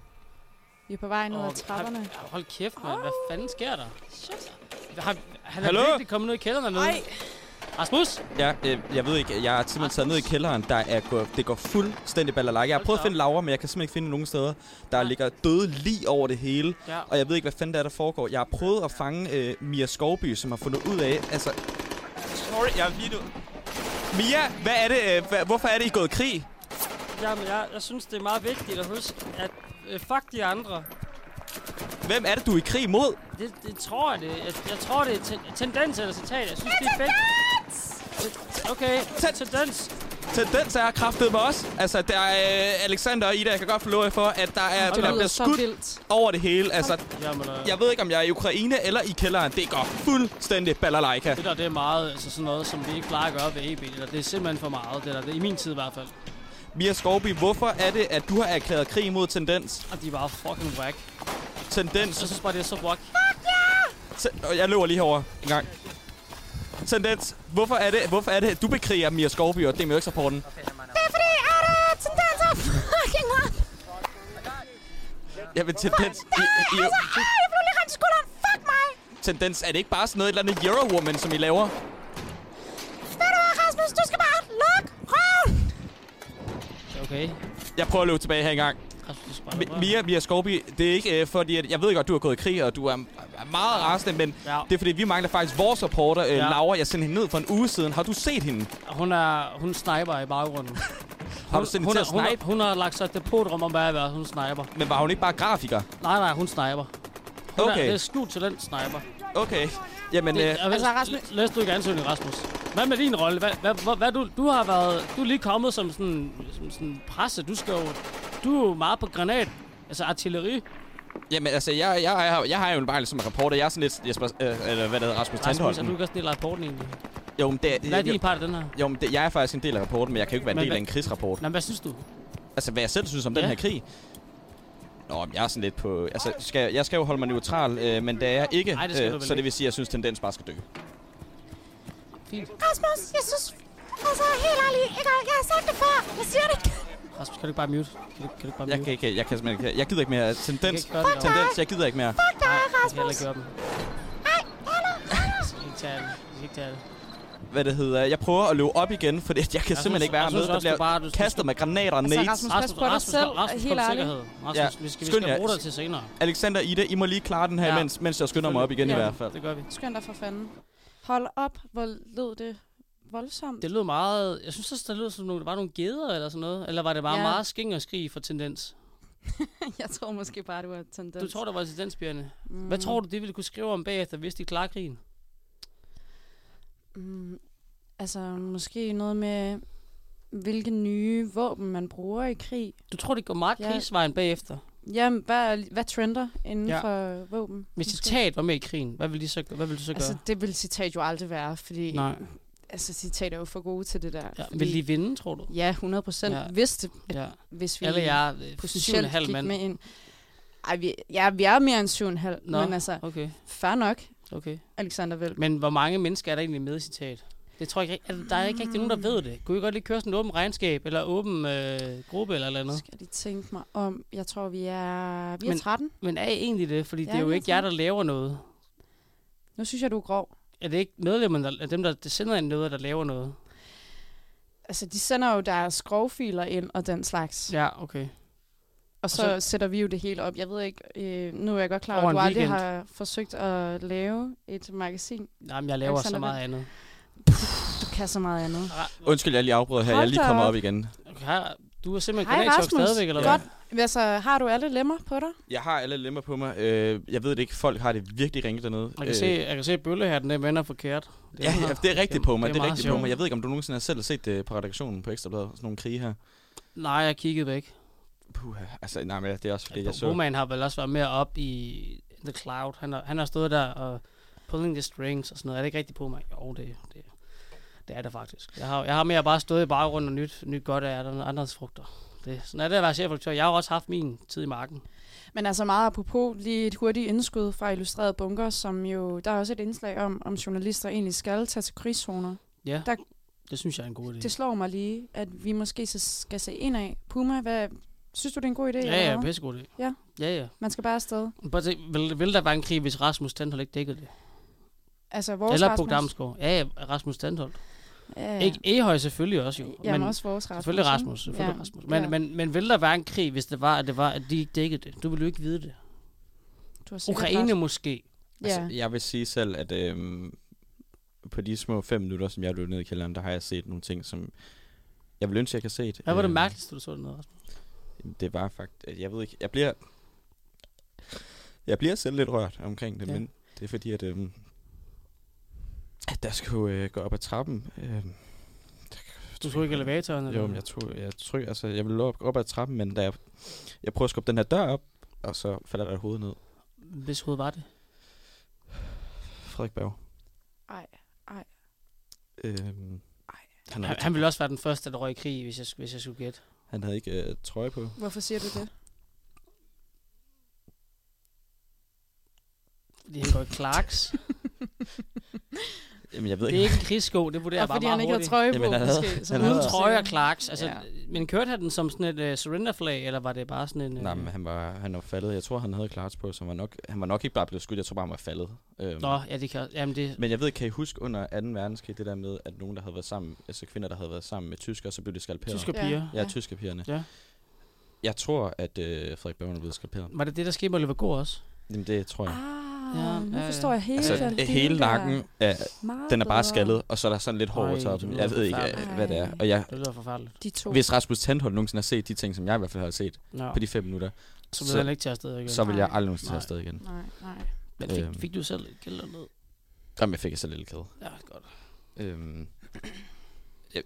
S3: vi er på vej ned
S1: Åh,
S3: ad
S1: hold-
S3: trapperne?
S1: Hold, hold kæft, mand. Hvad fanden sker der?
S3: Shit.
S1: Har, han
S2: Hallo?
S1: er virkelig kommet ned i kælderen dernede.
S3: Ej,
S1: Rasmus!
S2: Ja, øh, jeg ved ikke, jeg er simpelthen taget ned i kælderen, der er gå, det går fuldstændig ballerlak. Jeg har
S1: Hold
S2: prøvet
S1: da
S2: at finde Laura, men jeg kan simpelthen ikke finde nogen steder. Der ligger døde lige over det hele,
S1: Ja.
S2: og jeg ved ikke, hvad fanden der er, der foregår. Jeg har prøvet at fange øh, Mia Skovby, som har fundet ud af, altså... Sorry, jeg er lige nu. Mia, hvad er det, øh, hva, hvorfor er det, I er gået i krig?
S1: Jamen, jeg, jeg synes, det er meget vigtigt at huske, at øh, fuck de andre.
S2: Hvem er det, du er i krig mod?
S1: Det, det tror jeg, det. Jeg, jeg tror, det er ten, tendens eller citat. Jeg synes, det er fedt. Okay,
S2: Ten-
S1: tendens.
S2: Tendens er kraftet med os. Altså, der er øh, Alexander og Ida, jeg kan godt forlove jer for, at der, er,
S3: Og det
S2: der
S3: lyder
S2: bliver
S3: så
S2: skudt
S3: vildt.
S2: over det hele. Altså,
S1: Jamen, øh,
S2: jeg ved ikke, om jeg er i Ukraine eller i kælderen. Det går fuldstændig balalaika.
S1: Det der, det er meget altså sådan noget, som vi ikke plejer at gøre ved EB. Eller det er simpelthen for meget. Det der, det, er I min tid i hvert fald.
S2: Mia Skovby, hvorfor er det, at du har erklæret krig mod Tendens?
S1: Og de er bare fucking whack. Jeg
S2: Tendens...
S1: synes bare, det er så whack.
S2: Ten- Åh, jeg løber lige herover en gang. Tendens, hvorfor er det, hvorfor er det, at du bekriger Mia Skovby og DMX-rapporten?
S7: Fucking op!
S2: Jamen, Tendens... I, I, I,
S7: altså, Ej, jeg blev lige rent i skulderen. Fuck mig!
S2: tendens, er det ikke bare sådan noget et eller andet Eurowoman, som I laver?
S7: Ved du hvad, Rasmus? Du skal bare lukke røven!
S1: Okay.
S2: Jeg prøver at løbe tilbage her en gang.
S1: Rasmus, du skal bare
S2: Mi-
S1: lade
S2: Mia, Mia Skovby, det er ikke øh, fordi, at jeg ved godt, du har gået i krig, og du er, er meget rasende, men
S1: Ja.
S2: det er fordi, vi mangler faktisk vores reporter, øh,
S1: Ja.
S2: Laura. Jeg sendte hende ned for en uge siden. Har du set hende?
S1: være. Hun er, hun sniper i baggrunden.
S2: Har du sendt
S1: hun,
S2: hende til
S1: er-
S2: at
S1: hun, er-
S2: snipe?
S1: hun, har lagt sig et depotrum om, hvad jeg er, hun sniper.
S2: Men var hun ikke bare grafiker?
S1: Nej, nej, hun sniper. Hun Er, det
S2: Okay,
S1: er skjult talent, sniper.
S2: okay. Jamen,
S1: Det,
S2: øh,
S1: øh, altså, Rasmus... Læs du ikke ansøgning, Rasmus. Hvad med din rolle? Hvad, hvad, hvad, hvad du, du har været... Du er lige kommet som sådan, som sådan presse. Du skal jo... Du er jo meget på granat. Altså artilleri.
S2: jamen altså, jeg, jeg, jeg, jeg har jo bare ligesom en reporter. Jeg er sådan lidt Jesper, øh, eller hvad det hedder, Rasmus
S1: Rasmus, er du
S2: Tandholm.
S1: ikke også en del af rapporten egentlig?
S2: Jo, men det,
S1: Hvad er din
S2: jo,
S1: part af den her?
S2: jo, men det, jeg er faktisk en del af rapporten, men jeg kan jo ikke være en
S1: Men
S2: del af
S1: hvad-
S2: en krigsrapport.
S1: Nå, men hvad synes du?
S2: Altså, hvad jeg selv synes om
S1: Ja.
S2: den her krig. Nå, men jeg er sådan lidt på... Altså, skal, jeg skal jo holde mig neutral, øh, men det er jeg ikke, Øh,
S1: Ej, det skal du vel
S2: så
S1: ikke.
S2: det vil sige, at jeg synes, tendens bare skal dø.
S1: Fint.
S7: Rasmus, jeg synes... Altså, helt ærligt, ikke? Jeg har sagt det før. Jeg siger det ikke.
S1: Rasmus, kan du ikke bare mute? Kan du, kan du ikke bare
S2: Jeg
S1: mute?
S2: kan ikke, jeg kan simpelthen ikke, jeg gider ikke mere. Tendens,
S1: ikke gøre det derovre.
S2: tendens, jeg gider ikke mere.
S7: Fuck dig, Rasmus.
S1: Rasmus. Jeg kan heller ikke gøre dem. Vi skal ikke tage det. Vi skal ikke tage det.
S2: Hvad det hedder, jeg prøver at løbe op igen, for jeg kan simpelthen ikke være
S1: jeg
S2: med.
S1: synes
S2: Der
S1: også,
S2: bliver
S1: du bare- du- du-
S2: kastet med granater og
S3: Altså,
S2: nades.
S3: Rasmus, pas på dig
S1: Rasmus,
S3: selv.
S1: Rasmus,
S3: Helt
S1: kom til
S3: ærligt.
S1: sikkerhed. Rasmus,
S2: Ja,
S1: vi skal, vi
S2: skynd
S1: skal
S2: jer.
S1: bruge dig til senere.
S2: Alexander, Ida, I må lige klare den her,
S1: Ja.
S2: ja. mens, mens jeg skynder mig op igen i
S3: Ja.
S2: hvert fald.
S1: Det gør vi.
S3: Skøn dig for fanden. Hold op, hvor lød det voldsomt.
S1: Det lød meget... Jeg synes også, det lød som nogle, der var nogle geder eller sådan noget. Eller var det bare
S3: Ja.
S1: ja. meget sking og skrig for tendens?
S3: Jeg tror måske bare, du har tendens.
S1: Du tror, der var tendensbjørne. Mm. Hvad tror du, de ville kunne skrive om bagefter, hvis de klarer krigen?
S3: Mm, altså, måske noget med, hvilke nye våben man bruger i krig.
S1: Du tror, det går meget
S3: Ja.
S1: ja. krigsvejen bagefter?
S3: Jamen, hvad, hvad trender inden ja.
S1: Ja.
S3: for våben?
S1: Hvis
S3: Måske.
S1: citat var med i krigen, hvad ville, de så, hvad ville du så gøre?
S3: Altså, det vil citat jo aldrig være, fordi
S1: Nej.
S3: altså, citat er jo for gode til det der.
S1: Ja,
S3: fordi,
S1: vil de vinde, tror du?
S3: ja 100 procent. Ja.
S1: Ja.
S3: Hvis, det,
S1: Ja. øh,
S3: hvis vi
S1: Eller jeg er
S3: potentielt
S1: halv
S3: gik
S1: mand.
S3: med ind. Ej, vi, ja, vi er mere end 7,5,
S1: Nå,
S3: men altså,
S1: okay,
S3: fair nok,
S1: okay.
S3: Alexander Vælp.
S1: Men hvor mange mennesker er der egentlig med i citat? Det tror jeg ikke, altså, der er ikke rigtig nogen, der ved det. Kunne I godt lige køre sådan en åben regnskab, eller åben øh, gruppe, eller, et eller
S3: Nu
S1: andet?
S3: skal jeg lige tænke mig om. Jeg tror, vi er, vi er
S1: Men-
S3: 13.
S1: Men er I egentlig det? Fordi
S3: Ja,
S1: ja, det er jo
S3: jeg
S1: ikke
S3: tror-
S1: jer, der laver noget.
S3: Nu synes jeg, du er grov.
S1: Er det ikke medlemmerne, der, er dem, der sender ind noget, der laver noget?
S3: Altså, de sender jo deres grovfiler ind og den slags. Ja.
S1: Ja, okay.
S3: Og så,
S1: og
S3: så sætter vi jo det hele op. Jeg ved ikke, øh, nu er jeg godt klar
S1: Over
S3: over, at du
S1: en
S3: aldrig
S1: weekend.
S3: har forsøgt at lave et magasin.
S1: Nej, men jeg laver
S3: Alexander
S1: så meget andet.
S3: Du kan så meget andet.
S2: Undskyld, jeg lige afbryder her. Jeg
S3: Hold
S2: er lige
S3: da
S2: kommer
S3: op.
S2: op igen.
S1: Okay, har- du er simpelthen
S3: Hej
S1: kanalchok
S3: Rasmus.
S1: stadigvæk, eller
S3: Godt.
S1: hvad?
S3: Altså, har du alle lemmer på dig?
S2: Jeg har alle lemmer på mig. Øh, jeg ved det ikke. Folk har det virkelig ringet dernede.
S1: Jeg kan, se, jeg kan se, at Bølle her, den der vender forkert.
S2: Øh. Ja, ja, det er rigtigt på mig. Det er,
S1: meget
S2: rigtigt på
S1: sjovt.
S2: mig. Jeg ved ikke, om du nogensinde har selv set det på redaktionen på Ekstrabladet. Sådan nogle krige her.
S1: Nej, jeg kiggede væk.
S2: Puh, altså, nej, men det er også fordi, jeg
S1: Altså,
S2: så...
S1: Roman har vel også været mere op i The Cloud. Han har, han har stået der og pulling the strings og sådan noget. Er det ikke rigtigt på mig? Jo, det, det, det er det faktisk. Jeg har, jeg har mere bare stået i baggrunden og nyt, nyt godt af andre- andres frugter. Det, sådan er det at være chefredaktør. Jeg har jo også haft min tid i marken.
S3: Men altså meget apropos, lige et hurtigt indskud fra Illustreret Bunker, som jo, der er også et indslag om, om journalister egentlig skal tage til krigszoner.
S1: Ja, der,
S3: Der-
S1: det synes jeg er en god idé.
S3: Det slår mig lige, at vi måske så skal se ind af. Puma, hvad, synes du, det er en god idé? eller
S1: ja, ja,
S3: hvad?
S1: pissegod idé.
S3: Ja.
S1: Ja, ja.
S3: Man skal bare afsted.
S1: Prøv at se, vil, vil der være en krig, hvis Rasmus Tandholt ikke dækkede det?
S3: Altså vores
S1: Eller Puk
S3: Rasmus.
S1: Damsgaard. Ja, ja, Rasmus Tandholt.
S3: Ja,
S1: Ja.
S3: ja.
S1: Ikke Ehøj selvfølgelig også jo.
S3: Jamen også vores Rasmus.
S1: Selvfølgelig
S3: ikke?
S1: Rasmus, selvfølgelig
S3: Ja,
S1: ja. Rasmus. Men,
S3: ja.
S1: ja. men, men vil der være en krig, hvis det var, at, det var, at de ikke dækkede det? Du ville jo ikke vide det.
S3: Du har sikkert
S1: Ukraine
S3: ret.
S1: måske.
S3: Ja.
S2: Altså, jeg vil sige selv, at øhm, på de små fem minutter, som jeg løb ned i kælderen, der har jeg set nogle ting, som jeg vil ønske, jeg kan se. Øhm,
S1: Hvad var det mærkeligste, du så dernede, Rasmus?
S2: øh, Det var faktisk... Jeg ved ikke... Jeg bliver... Jeg bliver selv lidt rørt omkring det,
S1: Ja.
S2: ja. men det er fordi, at, øhm, at der skulle øh, gå op ad trappen. Øh,
S1: Du tog ikke elevatoren? Eller?
S2: jo, men jeg tror, jeg tror, altså, jeg ville op, op ad trappen, men da jeg, jeg prøver at skubbe den her dør op, og så falder der hovedet ned.
S1: Hvis hoved var det.
S2: Frederik Berg.
S3: Ej, ej.
S2: Øhm, han,
S1: Han,
S2: havde,
S1: han ville også være den første, der røg i krig, hvis jeg, hvis jeg skulle gætte.
S2: han havde ikke øh, trøje på.
S3: Hvorfor siger du det?
S1: Fordi han går i Clarks.
S2: Jamen, jeg ved
S1: Det
S2: ikke.
S1: er ikke en krigssko, det vurderer
S3: Og
S1: jeg bare
S3: fordi
S1: meget
S3: han ikke havde
S1: hurtigt. altså-
S3: trøje på,
S2: Jamen, han havde-
S3: måske.
S2: han
S3: hun
S2: havde-
S1: Uden
S3: siger.
S1: trøje og Clarks. Altså,
S3: Ja.
S1: Men kørte han den som sådan et uh, surrenderflag, eller var det bare sådan en... Uh...
S2: Nej, men han var, han var faldet. Jeg tror, han havde klart på, så han var, nok, han var nok ikke bare blevet skudt. Jeg tror bare, han var faldet. Øhm,
S1: Nå, ja, det kan... Jamen, det...
S2: Men jeg ved, kan I huske under 2. verdenskrig, det der med, at nogen, der havde været sammen, altså kvinder, der havde været sammen med tyskere, så blev de skalperet?
S1: Tyske piger.
S2: Ja, tyskerpigerne.
S1: Ja.
S2: Jeg tror, at øh, Frederik Bergman er blevet skalperet.
S1: Var det det, der skete med Oliver Gård også?
S2: Jamen, det tror jeg.
S3: Ah,
S1: Ja,
S3: nu
S1: ja, ja.
S3: forstår jeg hele
S2: Altså,
S3: den
S2: øh,
S3: del
S2: hele
S3: der.
S2: nakken, er,
S3: Meget
S2: den er bare
S3: bedre.
S2: skaldet, og så er der sådan lidt hår
S1: Ej,
S2: over
S1: det
S2: toppen.
S1: lyder
S2: Jeg ved ikke,
S1: forfærdeligt.
S2: øh, hvad det er. Og jeg,
S1: Det lyder forfærdeligt.
S3: De to.
S2: hvis Rasmus Tandhold nogensinde har set de ting, som jeg i hvert fald har set
S1: Nå,
S2: på de fem minutter,
S1: så blev
S2: så-
S1: han ikke til afsted igen.
S2: så vil jeg
S3: Nej.
S2: aldrig nogensinde tage
S1: Nej.
S2: afsted igen.
S3: Nej, nej.
S1: Men fik,
S2: Øhm.
S1: fik du selv gæld eller noget?
S2: Jamen, jeg fik så lidt kæde.
S1: Ja, godt.
S2: Øhm.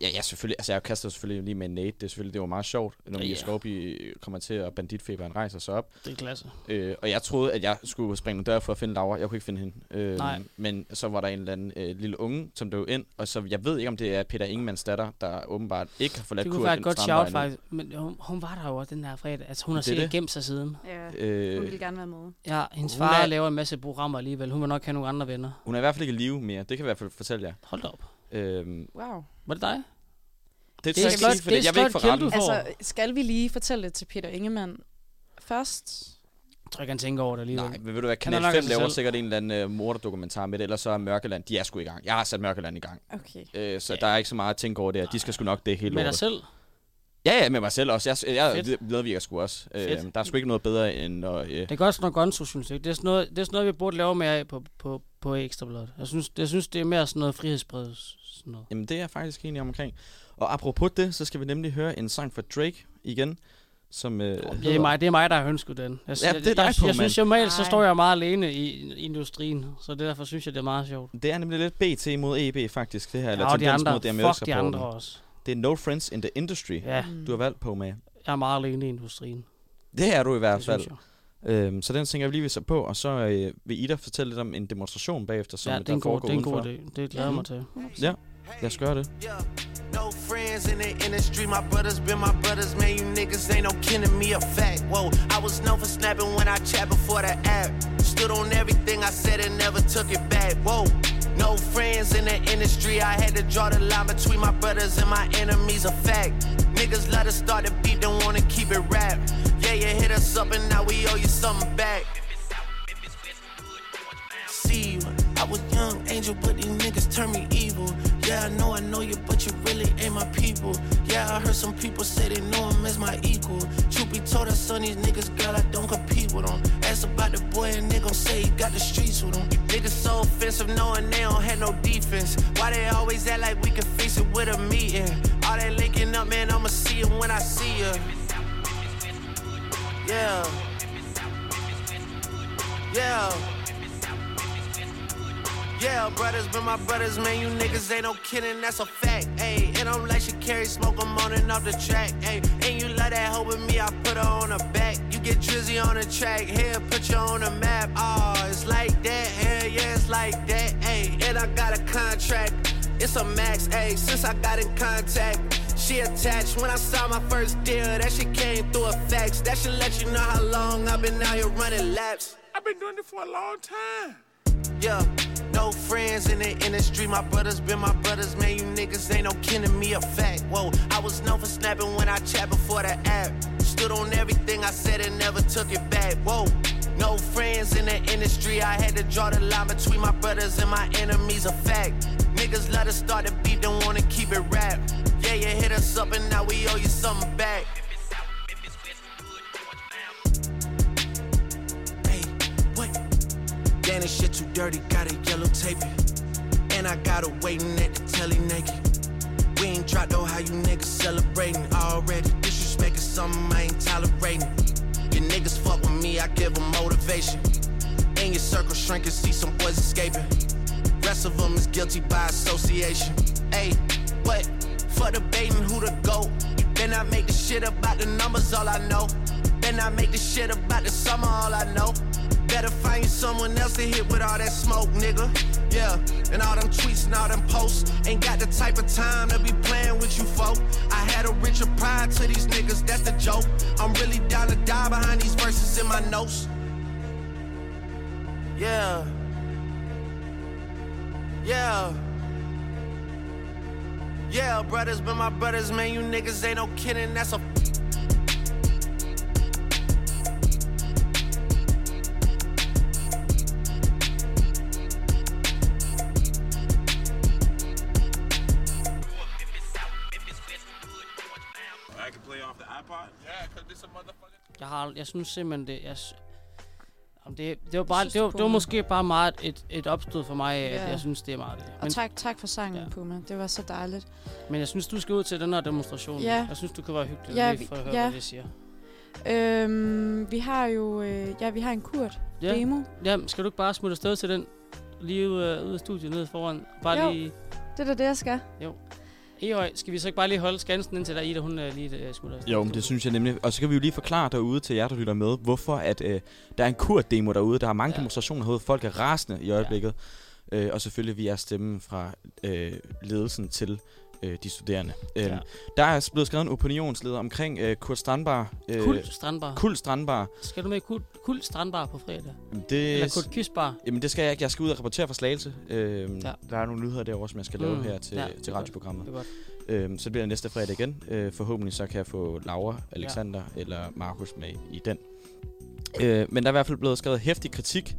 S2: Ja, ja, selvfølgelig. Altså, jeg kaster selvfølgelig lige med en nade. Det, er selvfølgelig, det var meget sjovt, når
S1: Ja,
S2: Mia
S1: ja.
S2: Skovby kommer til, og banditfeberen rejser sig op.
S1: Det er klasse.
S2: Øh, og jeg troede, at jeg skulle springe en dør for at finde Laura. Jeg kunne ikke finde hende. Øh,
S1: Nej.
S2: Men så var der en eller anden øh, lille unge, som døde ind. Og så, jeg ved ikke, om det er Peter Ingemanns datter, der åbenbart ikke har forladt
S1: Det kunne
S2: Kurt
S1: være
S2: den
S1: et godt
S2: strandvej
S1: shout,
S2: nu.
S1: faktisk. Men hun, hun var der jo også den her fredag. Altså, hun har
S2: Det er
S1: sikkert
S2: det.
S1: gemt sig siden.
S3: Ja, hun
S2: Øh,
S3: ville gerne være med.
S1: Ja, hendes
S2: Hun
S1: far
S2: er-
S1: laver en masse programmer alligevel. Hun vil nok have nogle andre venner.
S2: hun er i hvert fald ikke i live mere. Det kan jeg i hvert fald fortælle jer.
S1: Hold da op.
S2: Øhm,
S3: Wow.
S1: Var det dig?
S2: det,
S1: Det
S2: det
S1: er
S2: er
S1: et flot-
S2: ikke, for
S1: det er
S2: det, jeg
S1: et
S2: vil ikke
S1: flot
S2: få retten.
S1: kæmpe-
S3: Altså,
S1: får-
S3: skal vi lige fortælle det til Peter Ingemann først?
S1: Jeg tror ikke, han tænker over det alligevel.
S2: Nej, men ved du hvad,
S1: nok
S2: Kanal
S1: af
S2: 5
S1: sig
S2: laver
S1: selv.
S2: sikkert en eller anden uh, morderdokumentar med det, ellers så er Mørkeland, de er sgu i gang. Jeg har sat Mørkeland i gang,
S3: Okay.
S2: øh, så
S1: Ja.
S2: yeah. der er ikke så meget at tænke over der. De skal sgu nok det hele
S1: Med dig
S2: året.
S1: selv?
S2: Ja, ja, med mig selv også. Jeg, jeg
S1: Fedt.
S2: medvirker sgu også. Øh,
S1: Fedt.
S2: der er sgu ikke noget bedre end at... Øh,
S1: Det er godt sådan noget gonzo, synes jeg. Det er sådan noget, det er sådan noget vi burde lave mere af på, på, på Ekstrabladet. Jeg synes, jeg synes, det er mere sådan noget frihedsbred. Sådan noget.
S2: Jamen, det er jeg faktisk enig omkring. Og apropos det, så skal vi nemlig høre en sang fra Drake igen, som øh,
S1: Det er, mig, det er mig, der har ønsket den. Jeg,
S2: Ja,
S1: jeg-
S2: det er dig,
S1: jeg, jeg, jeg
S2: Poulmann.
S1: synes normalt, så
S3: Nej.
S1: står jeg meget alene i industrien, så derfor synes jeg, det er meget sjovt.
S2: Det er nemlig lidt BT mod EB, faktisk, det her.
S1: Ja, og de
S2: tendens
S1: andre,
S2: mod DMX
S1: fuck de
S2: rapporten.
S1: andre også.
S2: Det er No Friends in the Industry,
S1: Ja,
S2: du har valgt på med.
S1: jeg er meget alene i industrien.
S2: Det er du i hvert
S1: Det
S2: fald.
S1: synes jeg.
S2: Øhm, så den tænker vi lige vil sig på, og så øh, vil Ida fortælle lidt om en demonstration bagefter, som
S1: Ja,
S2: der
S1: det er en god,
S2: foregår
S1: det er en god
S2: udenfor.
S1: idé. Det glæder jeg mig til.
S2: Ja, lad os gøre det.
S8: Yeah, no friends in the industry. My brothers been my brothers, man. You niggas ain't no kin to me a fact. Whoa, I was known for snapping when I chat before the app. Stood on everything I said and never took it back. Whoa, no friends in the industry. I had to draw the line between my brothers and my enemies a fact. Niggas let us start the beat, don't wanna keep it rap. Yeah, you hit us up and now we owe you something back. See you. I was young angel, but these niggas turn me evil. Yeah, I know I know you, but you really ain't my people. Yeah, I heard some people say they know him as my equal. Truth be told, I son these niggas, girl, I don't compete with them. Ask about the boy, and they gon' say he got the streets with him. Niggas so offensive, knowing they don't have no defense. Why they always act like we can fix it with a meeting? All that linking up, man, I'ma see him when I see ya. Yeah. Yeah. Yeah, brothers been my brothers, man. You niggas ain't no kidding, that's a fact. Ayy, and I'm like she carry smoke, I'm on and off the track. Ayy, and you love that hoe with me, I put her on her back. You get drizzy on the track, here, put you on the map. Oh, it's like that, hell yeah, it's like that. Ayy, and I got a contract, it's a max. Ayy, since I got in contact, she attached when I saw my first deal. That shit came through a fax. That should let you know how long I've been out here running laps. I've been doing it for a long time. Yeah, no friends in the industry. My brothers been my brothers, man. You niggas ain't no kin to me a fact. Whoa, I was known for snapping when I chat before the app. Stood on everything I said and never took it back. Whoa, no friends in the industry. I had to draw the line between my brothers and my enemies a fact. Niggas let us start the beat, don't wanna keep it rap. Yeah, you hit us up and now we owe you something back. Hey, what? Damn, this shit too dirty, gotta yellow tape it. And I got her waiting at the telly naked. We ain't dropped though, how you niggas celebrating already. Disrespecting something I ain't tolerating. You niggas fuck with me, I give 'em motivation. Seeing your circle shrinking, see some boys escaping. Rest of them is guilty by association. Hey, what? For debating who to go. Then I make the shit about the numbers, all I know. Then I make the shit about the summer, all I know. Better find you someone else to hit with all that smoke, nigga. Yeah, and all them tweets and all them posts. Ain't got the type of time to be playing with you, folk. I had a richer pride to these niggas, that's the joke. I'm really down to die behind these verses in my notes. Yeah. Yeah. Yeah, brothers, but my brothers, man, you niggas ain't no kidding. That's a
S9: I can play off the iPod. Yeah, cause this a motherfucking.
S1: Jeg, har, jeg synes simpelthen, det, jeg, s- Om det, det var, bare,
S3: synes,
S1: det, var,
S3: det
S1: det var
S3: kunne.
S1: måske bare meget et, et opstød for mig, yeah.
S3: Ja.
S1: at jeg synes, det er meget det.
S3: Og
S1: Men,
S3: tak, tak for sangen,
S1: Ja.
S3: ja. Puma. Det var så dejligt.
S1: men jeg synes, du skal ud til den her demonstration.
S3: Ja.
S1: Jeg synes, du kan være hyggelig
S3: Ja,
S1: lige
S3: vi-
S1: for at høre,
S3: ja.
S1: hvad det siger.
S3: Øhm, vi har jo øh, ja, vi har en kurt
S1: Ja.
S3: demo.
S1: Jamen, skal du ikke bare smutte afsted til den? Lige ude, øh, ude af studiet nede foran. Bare
S3: Jo.
S1: lige...
S3: Det er da det, jeg
S2: Øh,
S3: skal.
S1: Ehøj, skal vi så ikke bare lige holde skansen indtil der Ida, hun øh, lige øh, smutter afsted?
S2: Jo, men det synes jeg nemlig. Og så kan vi jo lige forklare derude til jer, der lytter med, hvorfor at, øh, der er en kurddemo derude. Der er mange
S1: Ja.
S2: ja. demonstrationer herude. Folk er rasende i øjeblikket. Ja. Øh, og selvfølgelig vi er stemmen fra øh, ledelsen til øh, de studerende. Øh,
S1: Ja.
S2: ja. Der er blevet skrevet en opinionsleder omkring øh, Kurt Strandbar. Øh,
S1: Kul Strandbar.
S2: Kul Strandbar.
S1: Skal du med i Kul, Kul Strandbar på fredag?
S2: Jamen,
S1: Eller
S2: Det,
S1: Kul Kysbar?
S2: jamen, det skal jeg ikke. Jeg skal ud og rapportere fra Slagelse. Øh,
S1: Ja.
S2: ja. Der er nogle nyheder derovre, som jeg skal lave
S1: Mm,
S2: mm. her til,
S1: ja,
S2: ja,
S1: det er
S2: til
S1: godt.
S2: radioprogrammet.
S1: Det er godt.
S2: Øhm, så det bliver det næste fredag igen. Øh, forhåbentlig så kan jeg få Laura, Alexander ja. eller Markus med i den. Øh, men der er i hvert fald blevet skrevet hæftig kritik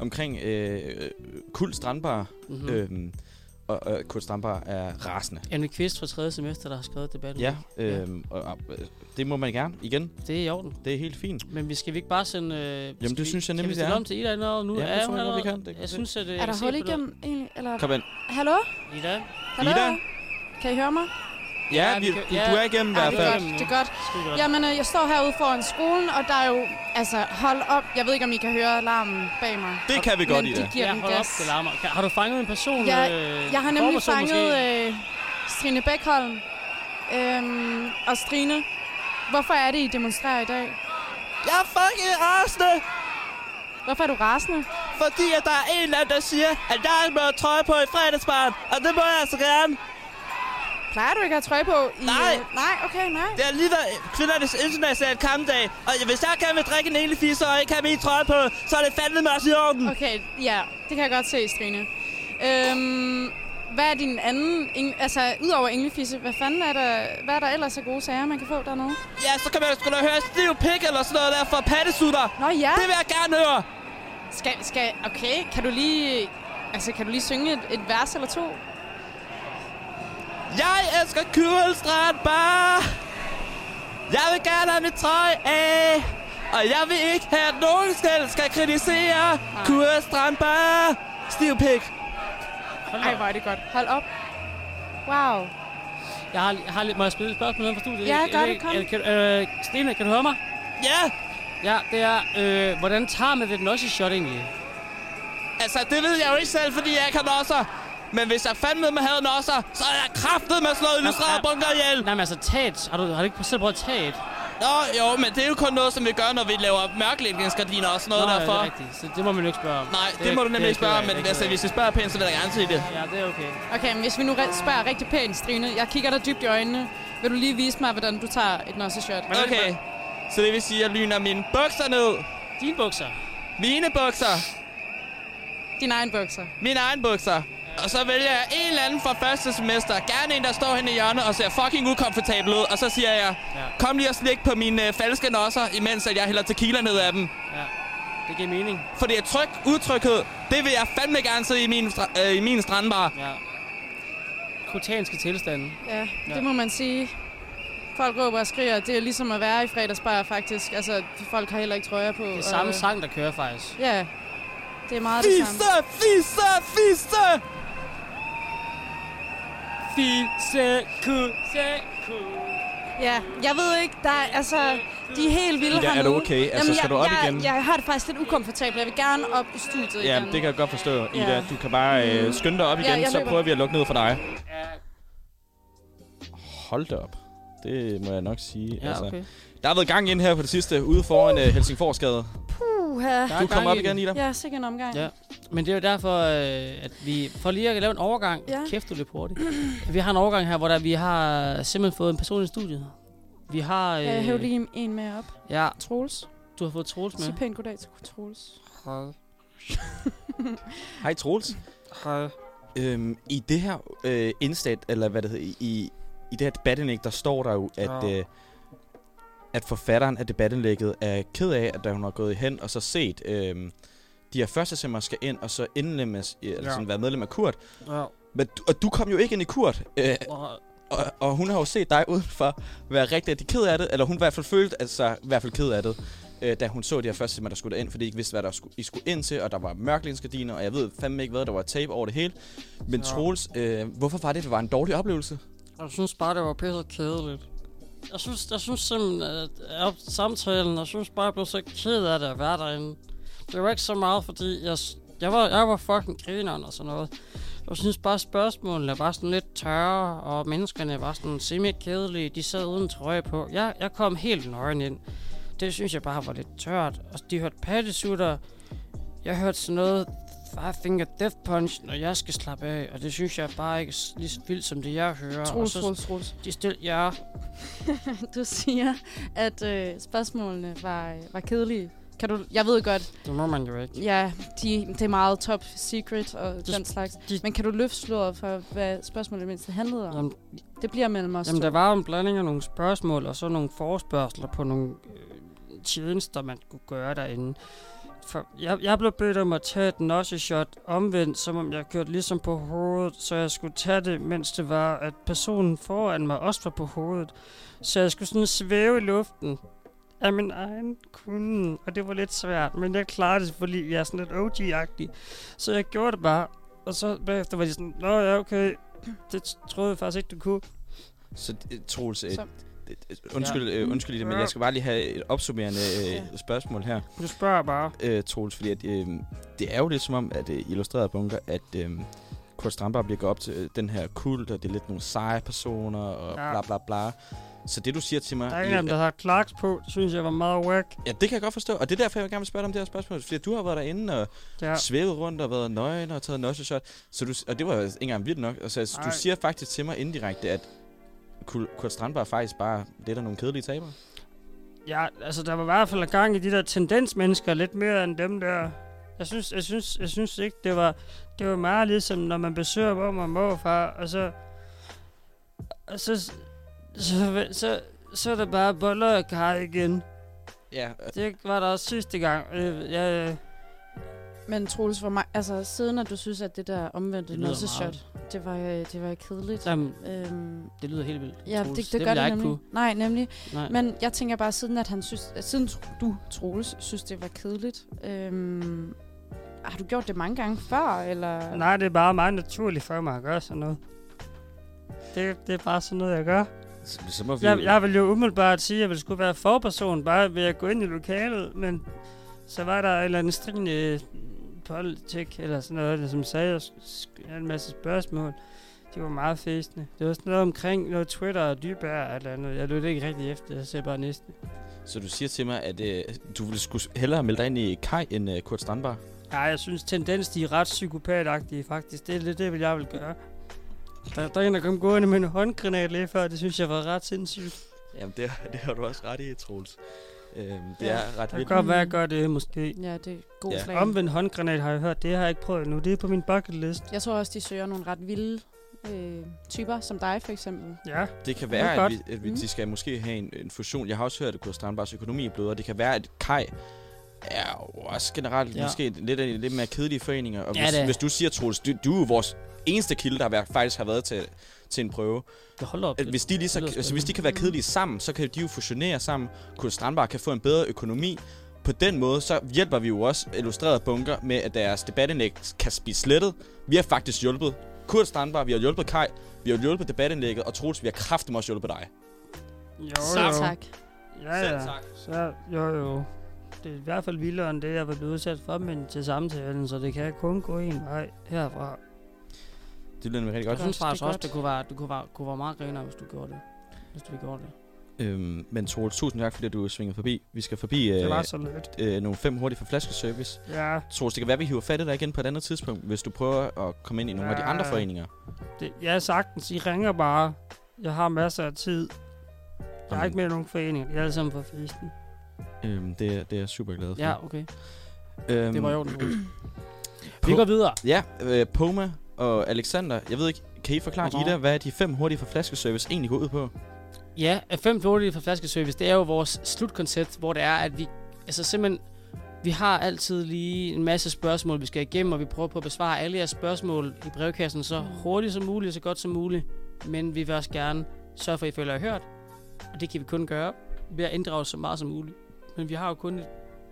S2: omkring øh, øh, Kul Strandbar.
S1: Mm-hmm.
S2: Mm. Øhm, og, og Kul Strandbar er rasende.
S1: Anne Kvist fra 3. semester, der har skrevet debatten.
S2: Ja, øhm, og, og, øh, det må man gerne. Igen,
S1: Det er i orden.
S2: det er helt fint.
S1: Men vi skal vi ikke bare sende... Øh, Jamen,
S2: det synes jeg nemlig,
S1: Kan vi
S2: det
S1: stille
S2: er.
S1: om til Ida allerede nu?
S2: Ja, det
S1: er
S2: tror
S1: hun
S2: jeg godt, vi
S1: allerede?
S2: kan. Det-
S1: jeg
S2: det-
S1: synes, at... Øh,
S3: Er der
S1: jeg
S3: hul
S1: ser på dig.
S3: igennem egentlig? Eller?
S2: Kom ind.
S3: Hallo?
S1: Ida?
S3: Hallo?
S2: Ida?
S3: Kan I høre mig?
S2: Ja,
S1: Ja,
S2: vi,
S1: vi kan-
S2: du
S1: ja.
S2: er igennem i
S1: Ja,
S2: hvert
S1: vi
S3: det er
S1: kan-
S2: fald.
S3: godt. Det er godt.
S1: Skide godt.
S3: Jamen, øh, jeg står herude foran skolen, og der er jo... Altså, hold op. Jeg ved ikke, om I kan høre alarmen bag mig.
S2: Det kan vi godt,
S3: Men
S2: Ida.
S3: de giver
S1: ja,
S3: den
S1: hold
S3: gas.
S1: op, det larmer. Kan- Har du fanget en person?
S3: Jeg,
S1: øh,
S3: jeg har nemlig
S1: forperson måske?
S3: fanget øh, Strine Bækholm. Øhm, og Strine, hvorfor er det, I demonstrerer i dag?
S2: Jeg er fucking rasende,
S3: Hvorfor er du rasende?
S2: fordi at der er en eller anden, der siger, at jeg har en mørk trøje på i fredagsbarn. Og det må jeg altså gerne.
S3: Plejer du ikke at have trøje på? I,
S2: Nej.
S3: Øh, nej, okay, nej.
S2: Det er lige været kvindernes internationale kampdag, og hvis jeg gerne vil drikke en egentlig fisse og ikke have min trøje på, så er det fandme mig også i orden.
S3: Okay, ja, det kan jeg godt se, Strine. Øhm, hvad er din anden... Eng- altså, udover englefisse, hvad fanden er der, hvad er der ellers af gode sager, man kan få dernede?
S2: Ja, så kan man sgu da høre stiv pik eller sådan noget der fra pattesutter.
S3: Nå ja,
S2: Det vil jeg gerne høre.
S3: skal, skal, okay, kan du lige, altså, kan du lige synge et, et vers eller to?
S2: Jeg elsker Kyrelstrand bare. Jeg vil gerne have mit trøje af. Og jeg vil ikke have, at nogen selv skal kritisere Kyrelstrand bare. Stiv pik.
S3: Ej, hvor er det godt. Hold op. Wow.
S1: Jeg har, jeg har lidt, må jeg spille et spørgsmål neden for studiet?
S3: Ja,
S1: Jeg
S3: gør
S1: ved
S3: det,
S1: ikke-
S3: kom.
S1: jeg- Kan, øh, Stine, kan du høre mig?
S2: Ja,
S1: Ja, det er, øh, hvordan tager man det nosse shot egentlig?
S2: altså det ved jeg jo ikke selv, fordi jeg ikke har nosser. Men hvis jeg fandme med havde nosser, så er jeg kraftet med slået illustreret
S1: ja.
S2: bunker ihjel.
S1: Nej, men altså taget. Har du, har du ikke selv prøvet taget?
S2: Nå, jo, men det er jo kun noget, som vi gør, når vi laver mørklægningsgardiner og sådan noget Nå,
S1: det
S2: derfor.
S1: er rigtigt. Så det må man jo ikke spørge om.
S2: Nej, det, det må du nemlig ikke spørge om, men altså, hvis
S1: hvis...
S2: du spørger pænt, så vil jeg gerne sige det.
S1: Ja, det er okay.
S3: Okay, men hvis vi nu re- spørger rigtig pænt, Strine, jeg kigger dig dybt i øjnene. Vil du lige vise mig, hvordan du tager et nosseshot?
S1: Men-
S2: Okay, så det vil sige, at jeg lyner mine bukser ned.
S1: Dine bukser.
S2: Mine bukser.
S3: Dine egen bukser.
S2: Mine egen bukser. Og så vælger jeg en eller anden fra første semester. Gerne en, der står henne i hjørnet og ser fucking ukomfortabel ud. Og så siger jeg,
S1: Ja.
S2: kom lige og slik på mine øh, falske nosser, imens at jeg hælder tequila ned af dem.
S1: Ja, det giver mening.
S2: For det er tryk, utryghed. Det vil jeg fandme gerne sidde i min, stra- øh, i min strandbar.
S1: Ja. Krotanske tilstande.
S3: Ja,
S1: Ja.
S3: ja, det må man sige. Folk råber og skriger, det er ligesom at være i fredagsbar, faktisk. Altså, folk har heller ikke trøjer på.
S1: Det er samme
S2: Øh.
S1: sang, der kører faktisk.
S3: Ja, det er meget det samme.
S2: Fisse, fisse, fisse!
S1: Fise, kusse, ku.
S3: Ja, jeg ved ikke, der er, altså, De er helt vilde
S2: Ida, er
S3: hernede.
S2: du okay? Altså,
S3: Jamen,
S2: skal
S3: jeg,
S2: du op
S3: jeg,
S2: igen?
S3: Jeg har det faktisk lidt ukomfortabelt. Jeg vil gerne op i studiet
S2: Ja,
S3: igen.
S2: det kan jeg godt forstå, Ida.
S3: Ja.
S2: Du kan bare
S7: Mm.
S2: øh, skynde dig op
S3: Ja,
S2: igen,
S3: jeg
S2: så
S3: løber.
S2: prøver vi at lukke ned for dig. Hold da op. Det må jeg nok sige. altså.
S7: Ja, okay.
S2: Der har været gang ind her på det sidste, ude foran uh. Helsingforsgade.
S3: Uha.
S7: Der er
S2: Du
S7: gang
S2: kommer op
S7: i den.
S2: igen, Ida.
S3: Jeg er sikkert en omgang.
S7: Ja. Men det er jo derfor, øh, at vi... For lige at lave en overgang... Ja.
S3: Ja.
S7: Kæft, du løb hurtigt. Vi har en overgang her, hvor der, vi har simpelthen fået en person i studiet. Vi har...
S3: Øh, jeg hæver lige en med op.
S7: ja,
S3: Troels.
S7: du har fået Troels med.
S3: Sig pænt goddag til Troels.
S7: Hej.
S2: Hej Troels.
S7: Hej.
S2: Øhm, I det her øh, indstat, eller hvad det hedder, i, i det her debatindlæg, der står der jo, at,
S7: Ja.
S2: øh, at forfatteren af debatindlægget er ked af, at da hun har gået hen og så set, øh, de her første semmer skal ind og så indlemmes, øh, eller
S7: Ja.
S2: sådan, være medlem af Kurt.
S7: Ja.
S2: Men du, og du kom jo ikke ind i Kurt, øh, og, og hun har jo set dig udenfor være rigtig, rigtig ked af det, eller hun i hvert fald følte altså, i hvert fald ked af det, øh, da hun så de her første timer, der skulle ind, fordi I ikke vidste, hvad der skulle, I skulle ind til, og der var mørklingsgardiner, og jeg ved fandme ikke hvad, der var tape over det hele. Men
S7: Ja.
S2: ja. Troels, øh, hvorfor var det, det var en dårlig oplevelse?
S7: Jeg synes bare, det var pisse kedeligt. Jeg synes, jeg synes simpelthen, at at samtalen, jeg synes bare, jeg blev så ked af det at være derinde. Det var ikke så meget, fordi jeg, s- jeg, var, jeg var fucking grineren og sådan noget. Jeg synes bare, spørgsmålene var sådan lidt tørre, og menneskerne var sådan semi-kedelige. De sad uden trøje på. Jeg, jeg kom helt nøgen ind. Det synes jeg bare var lidt tørt. Og de hørte pattesutter. Jeg hørte sådan noget Five Finger Death Punch, når jeg skal slappe af. Og det synes jeg bare ikke er s- lige så vildt, som det jeg hører. Og
S3: Troels,
S7: så-
S3: Troels, Troels.
S7: de stil, ja.
S3: Du siger, at øh, spørgsmålene var, øh, var kedelige. Kan du, jeg ved godt,
S7: Det må man jo ikke.
S3: ja, de, det er meget top secret og
S7: Du-
S3: den slags.
S7: de-
S3: Men kan du løfte sløret for, hvad spørgsmålet mindst handlede om?
S7: Jamen,
S3: Det bliver mellem os
S7: jamen,
S3: to.
S7: der var jo en blanding af nogle spørgsmål, og så nogle forspørgseler på nogle øh, tjenester, man kunne gøre derinde. For jeg, jeg blev bedt om at tage et nosseshot omvendt, som om jeg kørte ligesom på hovedet, så jeg skulle tage det, mens det var, at personen foran mig også var på hovedet. Så jeg skulle sådan svæve i luften af min egen kunde, og det var lidt svært, men jeg klarede det, fordi jeg er sådan lidt OG-agtig. Så jeg gjorde det bare, og så bagefter var de sådan, Nå ja, okay, det troede jeg faktisk ikke, du kunne.
S2: Så øh, Troels, øh,
S3: Så-
S2: øh, undskyld, øh, undskyld det, men jeg skal bare lige have et opsummerende øh, spørgsmål her.
S7: Du spørger bare.
S2: øh, Troels, fordi at, øh, det er jo lidt som om, at øh, illustreret bunker, at øh, Kurt Strandberg bliver gået op til øh, den her kult, og det er lidt nogle seje personer, og
S7: Ja.
S2: ja. bla bla bla. Så det, du siger til mig...
S7: Der er en
S2: i-
S7: af dem, der har Clarks på. Det synes jeg var meget whack.
S2: Ja, det kan jeg godt forstå, og det er derfor, jeg gerne vil spørge dig om det her spørgsmål. Fordi du har været derinde og
S7: Ja.
S2: ja. svævet rundt og været nøgen og taget nosse shot, så du, og det var jo ikke engang vildt nok. Og så, altså,
S7: Nej.
S2: du siger faktisk til mig indirekte, at Kul- Kurt Strandberg faktisk bare lidt af nogle kedelige tabere.
S7: ja, altså der var i hvert fald gang i de der tendensmennesker lidt mere end dem der. Jeg synes, jeg synes, jeg synes ikke, det var, det var meget ligesom, når man besøger mor og morfar, og så, og så, så, så, så, så er der bare boller og kar igen.
S2: Ja,
S7: Det var der også sidste gang. Øh, jeg, øh,
S3: Men Troels, for mig, altså, siden at du synes, at det der omvendte
S7: Det lyder
S3: nosseshot, det var, øh, det var kedeligt.
S7: jamen,
S3: Øhm,
S7: det lyder helt vildt.
S3: ja,
S7: Troels.
S3: det, det, gør
S7: ville
S3: det
S7: jeg
S3: nemlig.
S7: Ikke
S3: Nej, nemlig.
S7: kunne. Nej.
S3: Men jeg tænker bare, siden, at han synes, at siden du, Troels, synes, det var kedeligt, øhm, har du gjort det mange gange før, eller?
S7: Nej, det er bare meget naturligt for mig at gøre sådan noget. Det, det er bare sådan noget, jeg gør.
S2: så, så må vi...
S7: Jeg, jeg ville jo umiddelbart sige, at jeg ville skulle være forperson, bare ved at gå ind i lokalet, men så var der en eller anden stringende politik eller sådan noget, som sagde og sk- havde en masse spørgsmål. Det var meget festende. Det var sådan noget omkring noget Twitter og dybær eller noget. Jeg lød ikke rigtig efter, jeg ser bare næste.
S2: Så du siger til mig, at øh, du ville skulle hellere melde dig ind i Kai end øh, Kurt Strandberg?
S7: Nej, jeg synes tendens, de er ret psykopatagtige faktisk. Det er lidt det, vil jeg vil gøre. Der, der er en, der kom gående med en håndgranat lige før, det synes jeg var ret sindssygt.
S2: Jamen, det, det har du også ret i, Troels. Øhm, det
S3: Ja.
S2: ja. er ret
S7: Det kan
S2: vildt.
S7: godt være, at gøre det måske.
S3: Ja, det er god
S2: Ja.
S3: ja. slag.
S7: Omvendt håndgranat har jeg hørt, det har jeg ikke prøvet endnu. Det er på min bucket list.
S3: Jeg tror også, de søger nogle ret vilde øh, typer, som dig for eksempel.
S7: Ja,
S2: Det kan
S7: Det er
S2: være, at,
S7: godt.
S2: vi, at vi,
S3: Mm.
S2: de skal måske have en, en fusion. Jeg har også hørt, at Kurt Strandbergs økonomi er blevet, og det kan være, at Kai er jo også generelt
S7: Ja.
S2: ja. måske lidt, af- lidt mere kedelige foreninger. Og
S7: Ja,
S2: hvis,
S7: det er.
S2: hvis du siger, Troels, du, du er jo vores eneste kilde, der har været, faktisk har været til, til en prøve.
S7: det holder op.
S2: At hvis de, lige så,
S7: det lyder
S2: altså, hvis de kan være
S1: Mm.
S2: kedelige sammen, så kan de jo fusionere sammen. Kurt Strandberg kan få en bedre økonomi. På den måde, så hjælper vi jo også illustreret bunker med, at deres debatindlæg kan blive slettet. Vi har faktisk hjulpet Kurt Strandberg, vi har hjulpet Kai, vi har hjulpet debatindlægget, og Troels, vi har kraftigt også hjulpet dig.
S7: Jo,
S3: Så
S7: jo.
S3: tak.
S1: Ja,
S9: Selv
S1: ja.
S9: tak.
S1: Så, jo, jo. Det er i hvert fald vildere end det, jeg var blevet udsat for, men til samtalen, så det kan kun gå en vej herfra.
S2: Det lyder nemlig rigtig
S1: Jeg
S2: godt.
S1: synes
S3: det er
S1: faktisk også,
S3: godt.
S1: det kunne være, det kunne være, kunne være meget griner, hvis du gjorde det. Hvis du gjorde det.
S2: Øhm, men Troels, tusind tak, fordi du svingede forbi. Vi skal forbi
S1: Det
S2: øh,
S1: var så lidt.
S2: øh, nogle fem hurtige for flaskeservice.
S1: Ja,
S2: Troels, det kan være, vi hiver fat i dig igen på et andet tidspunkt, hvis du prøver at komme ind i nogle af de andre
S1: Ja.
S2: foreninger.
S1: det, ja, sagtens. I ringer bare. Jeg har masser af tid. Jeg er
S2: Jamen.
S1: ikke med i nogen foreninger. Jeg er alle sammen for festen.
S2: Øhm, det, er- det er jeg super glad for.
S1: Ja, okay.
S2: øhm,
S1: Det var jo Vi går videre.
S2: Ja, øh, Poma og Alexander. Jeg ved ikke, kan I forklare
S1: Hvornår?
S2: Ida, hvad de fem hurtige for flaskeservice egentlig går ud på?
S1: Ja, at fem hurtige for flaskeservice, det er jo vores slutkoncept, hvor det er, at vi altså simpelthen, vi har altid lige en masse spørgsmål, vi skal igennem, og vi prøver på at besvare alle jeres spørgsmål i brevkassen så hurtigt som muligt, så godt som muligt. Men vi vil også gerne sørge for, at I føler jer hørt, og det kan vi kun gøre ved at inddrage så meget som muligt. Men vi har jo kun et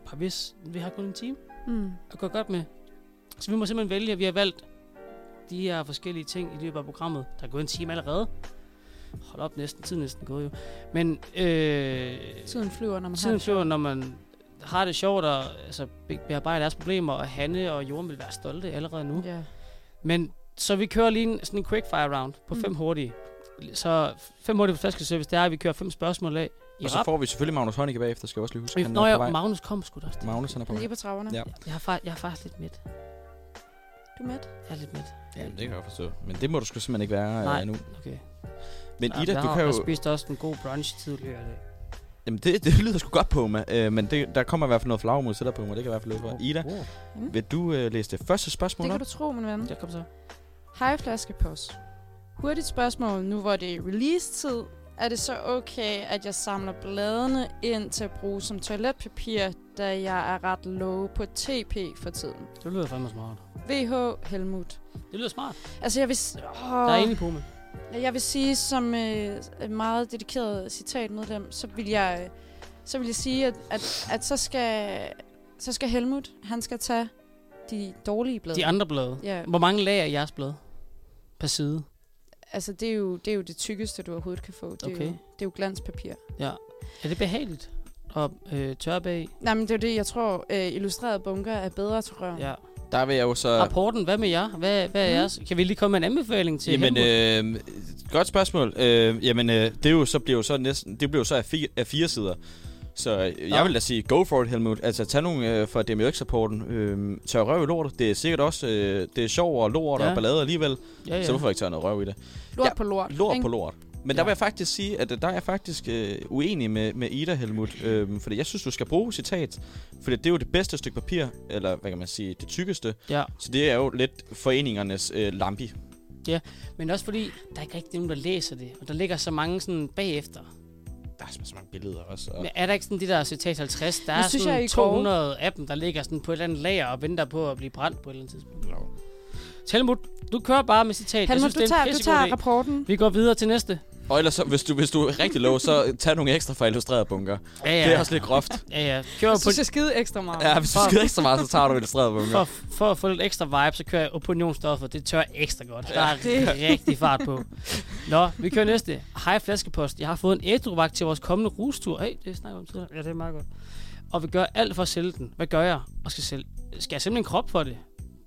S1: par vis, vi har kun en time
S3: Mm.
S1: at gå godt med. Så vi må simpelthen vælge, vi har valgt de her forskellige ting i løbet af programmet. Der er gået en time allerede. Hold op, næsten tiden er næsten gået jo. Men øh,
S3: Tiden flyver, når man har
S1: tiden
S3: det sjovt.
S1: flyver, når man har det sjovt og altså, be- bearbejder deres problemer, og Hanne og Jorgen vil være stolte allerede nu.
S3: Ja.
S1: Men så vi kører lige en, sådan en quickfire round på
S3: Mm.
S1: fem hurtige. Så fem hurtige på flaskeservice, det er, at vi kører fem spørgsmål af i
S2: Og så
S1: rap.
S2: får vi selvfølgelig Magnus Heunicke bagefter, skal jeg også lige huske.
S1: Nå
S2: er på
S1: ja,
S2: vej.
S1: Magnus kom sgu da også.
S2: Magnus han er på
S3: Han
S2: vej.
S3: er lige på trapperne.
S2: Ja.
S1: Jeg har, fa- jeg er faktisk lidt midt.
S3: Du er med?
S1: Jeg er lidt midt.
S2: Jamen, det kan jeg godt forstå. Men det må du sgu simpelthen ikke være
S1: Nej.
S2: Nej. nu.
S1: Okay.
S2: Men
S1: Ja,
S2: Ida,
S1: jeg
S2: du
S1: har-
S2: kan
S1: Jeg
S2: jo...
S1: spiste også en god brunch tidligere i dag.
S2: Jamen, det, det lyder sgu godt på mig. Øh, men det, der kommer i hvert fald noget flagmod til dig på mig. Det kan jeg i hvert fald løbe for. Ida,
S1: Oh.
S2: vil du øh, læse det første spørgsmål
S3: Det kan
S2: op?
S3: du tro, min ven.
S1: Ja, kom så.
S3: Hej Flaskepost. Hurtigt spørgsmål, nu hvor det er release-tid, er det så okay, at jeg samler bladene ind til at bruge som toiletpapir, da jeg er ret low på TP for tiden?
S1: Det lyder fandme smart.
S3: VH Helmut.
S1: Det lyder smart.
S3: Altså jeg vil, s-
S1: Der er
S3: åh,
S1: enig på med.
S3: jeg vil sige, som øh, en meget dedikeret citatmedlem, så vil jeg, øh, så vil jeg sige, at, at, at så, skal, så skal Helmut, han skal tage de dårlige blade.
S1: De andre blade.
S3: ja,
S1: Hvor mange lag er jeres blade? Per side.
S3: altså det er, jo, det er jo det tykkeste, du overhovedet kan få. Det, er,
S1: Okay.
S3: jo, det er jo glanspapir.
S1: Er det behageligt? Og øh, tørre bag?
S3: Nej, men det er jo det, jeg tror, øh, illustreret bunker er bedre til røven.
S1: Ja.
S2: Der vil jeg jo så...
S1: Rapporten, hvad med jer? Hvad, hvad er
S3: Mm.
S1: jeres? Kan vi lige komme med en anbefaling til
S2: Jamen,
S1: Helmut?
S2: øh, godt spørgsmål. Øh, jamen, øh, det, er jo, så bliver jo så næsten, det bliver jo så af fire, af fire sider. Så øh,
S1: Nå.
S2: jeg vil da sige, go for it, Helmut. Altså, tag nogle øh, fra DMX-rapporten. Øh, tør røv i lortet. Det er sikkert også, øh, det er sjov og lort
S1: Ja.
S2: og ballade alligevel.
S1: ja,
S2: Ja.
S1: ja.
S2: øh, Så hvorfor ikke tørre noget røv i det?
S3: Lort
S2: Ja,
S3: på lort.
S2: Lort
S3: ikke?
S2: på lort. Men
S1: Ja.
S2: der vil jeg faktisk sige, at øh, der er jeg faktisk øh, uenig med, med Ida Helmut. Øh, fordi jeg synes, du skal bruge citat. Fordi det er jo det bedste stykke papir, eller hvad kan man sige, det tykkeste.
S1: ja.
S2: Så det er jo lidt foreningernes øh, lampi.
S1: Men også fordi, der er ikke rigtig nogen, der læser det. Og der ligger så mange sådan bagefter.
S2: Der er så mange billeder også. Og
S1: Men er der ikke sådan det der citat 50? Der
S3: Nu
S1: er
S3: synes
S1: sådan
S3: jeg, I er gode.
S1: 200 af dem, der ligger sådan på et eller andet lager og venter på at blive brændt på et eller andet tidspunkt. Helmut, du kører bare med citat.
S3: Helmut,
S1: jeg synes,
S3: du
S1: det er
S3: tager,
S1: en
S3: du
S1: pissegod
S3: tager
S1: idé.
S3: rapporten.
S1: Vi går videre til næste.
S2: Og ellers, så, hvis, du, hvis du er rigtig low, så tag nogle ekstra fra illustreret bunker. Ja.
S1: Ja, ja.
S2: Det er også lidt groft.
S1: ja, ja. Kør
S3: Jeg
S1: på,
S3: synes, jeg skide ekstra meget.
S2: Ja, hvis du
S1: For-
S2: skider ikke så meget, så tager du illustreret bunker.
S1: for, for at få lidt ekstra vibe, så kører jeg opinionsstoffet. Det tør ekstra godt. Der er
S3: Det-
S1: rigtig fart på. Nå, vi kører næste. Hej flaskepost. Jeg har fået en ædruvagt til vores kommende rustur. Hey, det snakker vi om tidligere. Ja, det er meget godt. Og vi gør alt for at sælge den. Hvad gør jeg? Og skal, sælge? skal jeg simpelthen krop for det?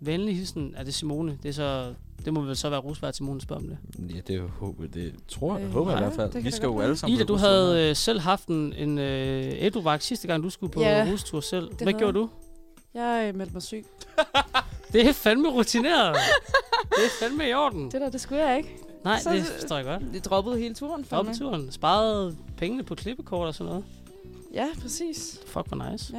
S1: Venlig hilsen er det Simone. Det, er så, det må vel så være rusvært, Simone spørger om det.
S2: Ja, det, er jo håbet. det tror jeg,
S3: Øh,
S2: øh, håber jeg i
S3: ja,
S2: hvert fald.
S3: det kan
S2: Vi
S3: da
S2: skal
S3: godt
S2: jo
S3: være.
S2: alle sammen
S1: Ida,
S2: på
S1: du
S2: rustur her.
S1: havde øh, selv haft en, en øh, ædruvagt sidste gang, du skulle på
S3: Ja,
S1: rustur selv. Hvad
S3: havde
S1: gjorde du?
S3: Jeg øh, meldte mig syg.
S1: Det er fandme rutineret. det er fandme i orden.
S3: Det der, det skulle jeg ikke.
S1: Nej,
S3: Så-
S1: det forstår jeg godt.
S3: Det droppede hele turen for
S1: Op
S3: mig.
S1: turen. Sparede pengene på klippekort og sådan noget.
S3: Ja, præcis.
S1: Fuck, hvor nice.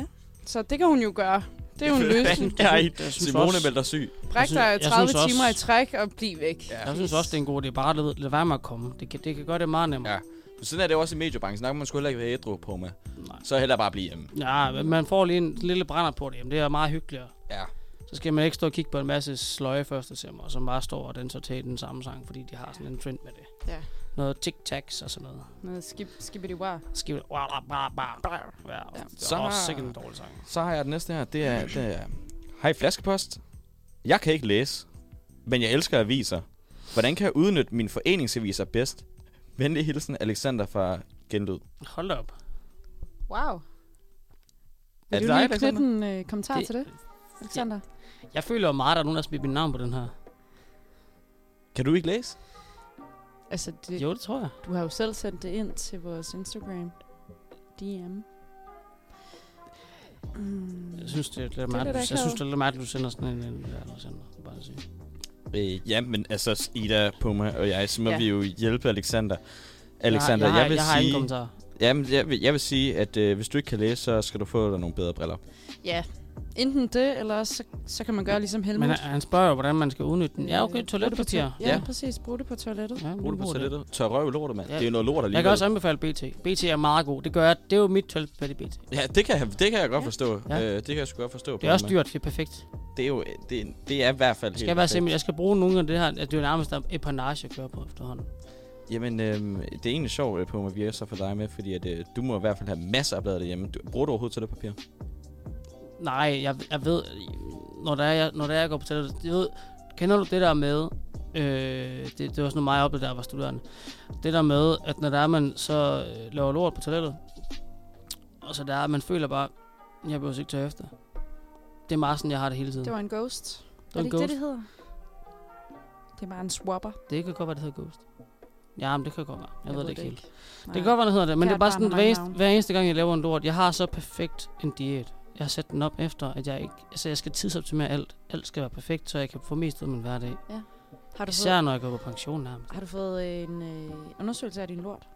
S3: Så det kan hun jo gøre. Det er jo en løsning.
S2: Nej,
S1: Jeg synes
S2: Simone
S1: også-
S2: melder syg.
S3: Bræk
S1: synes-
S3: dig
S1: jeg
S3: 30
S1: synes også-
S3: timer i træk og bliv væk. Ja.
S1: Jeg synes også, det er en god idé. Bare lad, lad være med at komme. Det kan, det kan gøre det meget nemmere.
S2: Ja. Men sådan er det jo også i mediebranchen. Der kan man sgu heller ikke være ædru på med.
S1: Nej.
S2: Så heller bare blive hjemme.
S1: Ja, men man får lige en lille brænder på det. Jamen, det er meget hyggeligere.
S2: Ja.
S1: Så skal man ikke stå og kigge på en masse sløje første semmer, som bare står og danser til den samme sang, fordi de har sådan en trend med det.
S3: Ja.
S1: Noget tic-tacs og sådan noget.
S3: Noget skib, skibidi war.
S1: Skib... Ja,
S3: Ja.
S1: det er også sikkert en dårlig sang.
S2: Så har jeg den næste her. Det er, det er Hej flaskepost. Jeg kan ikke læse, men jeg elsker aviser. Hvordan kan jeg udnytte mine foreningsaviser bedst? Venlig hilsen, Alexander fra Genlyd.
S1: Hold da op.
S3: Wow.
S2: Er
S3: Vil
S2: det
S3: du
S2: dig,
S3: lige
S2: Alexander?
S3: knytte en øh, kommentar
S1: Det-
S3: det... til det, Alexander?
S1: Jeg føler jo meget, at der er nogen, der har smidt mit navn på den her.
S2: Kan du ikke læse?
S3: Altså, det,
S1: Jo, det tror jeg.
S3: du har jo selv sendt det ind til vores Instagram. DM. Mm.
S1: Jeg synes, det er lidt
S3: lidt
S1: meget, jeg
S3: akavet.
S1: synes, det er lidt meget, at du sender sådan en... en Alexander, det er bare at sige.
S2: Øh, ja, men altså Ida, Puma og jeg, så må ja.
S3: Ja.
S2: vi jo hjælpe Alexander. Alexander,
S1: jeg, har, jeg, har-
S2: vil
S1: jeg har ingen
S2: sige,
S1: kommentar.
S2: jamen, jeg, vil, jeg vil sige, at øh, hvis du ikke kan læse, så skal du få dig nogle bedre briller.
S3: Ja, enten det, eller også, så, så kan man gøre ligesom Helmut.
S1: Men han, han spørger jo, hvordan man skal udnytte den. Ja, okay,
S3: Øh, brug
S1: toiletpapir.
S3: det på to- Ja,
S2: Ja.
S3: præcis. Brug det på toilettet.
S1: Ja,
S2: Brug det på toilettet. Tør røv i lortet, mand.
S1: Ja.
S2: Ja. Det er jo noget lort alligevel.
S1: Jeg kan også anbefale BT. BT er meget god. Det gør jeg. Det er jo mit toiletpapir i BT.
S2: Ja, det kan, jeg- det kan jeg godt forstå.
S1: Ja.
S2: Ja. Øh, det kan jeg sgu godt forstå.
S1: Det er også
S2: Puma.
S1: dyrt. Det er perfekt.
S2: Det er jo, det, er- det er i hvert fald
S1: Det skal være simpelthen. Jeg skal bruge nogle af det her. At det er jo nærmest et panage at køre på efterhånden.
S2: Jamen, øhm, det er egentlig sjovt, øh, Puma, vi er så for dig med, fordi at, øh, du må i hvert fald have masser af blade derhjemme. Du, bruger du overhovedet toiletpapir?
S1: Nej, jeg, jeg ved... Når der er, jeg, når der er, jeg går på toilettet... Jeg ved, kender du det der med... Øh, det, det var sådan noget meget oplevet, da jeg var studerende. Det der med, at når der er, man så øh, laver lort på toilettet, og så der er, man føler bare, jeg behøver ikke tage efter. Det er meget sådan, jeg har det hele tiden.
S3: Det var en ghost.
S1: Det var
S3: er
S1: en
S3: det ikke det,
S1: ghost.
S3: det hedder? Det er bare en swapper.
S1: Det kan godt være, det hedder Ghost. Ja, men det kan godt være. Jeg, jeg ved det ikke helt. Det
S3: Nej.
S1: kan godt være, det hedder det, men det
S3: Kært
S1: er bare
S3: barn
S1: sådan, hver
S3: har mange
S1: eneste,
S3: navne.
S1: hver eneste gang, jeg laver en lort, jeg har så perfekt en diæt. Jeg har sat den op efter, at jeg ikke... Altså, jeg skal tidsoptimere alt. Alt skal være perfekt, så jeg kan få mest ud af min hverdag.
S3: Har du,
S1: Især
S3: fået,
S1: når jeg går på pension nærmest.
S3: har du fået en øh, undersøgelse af din lort?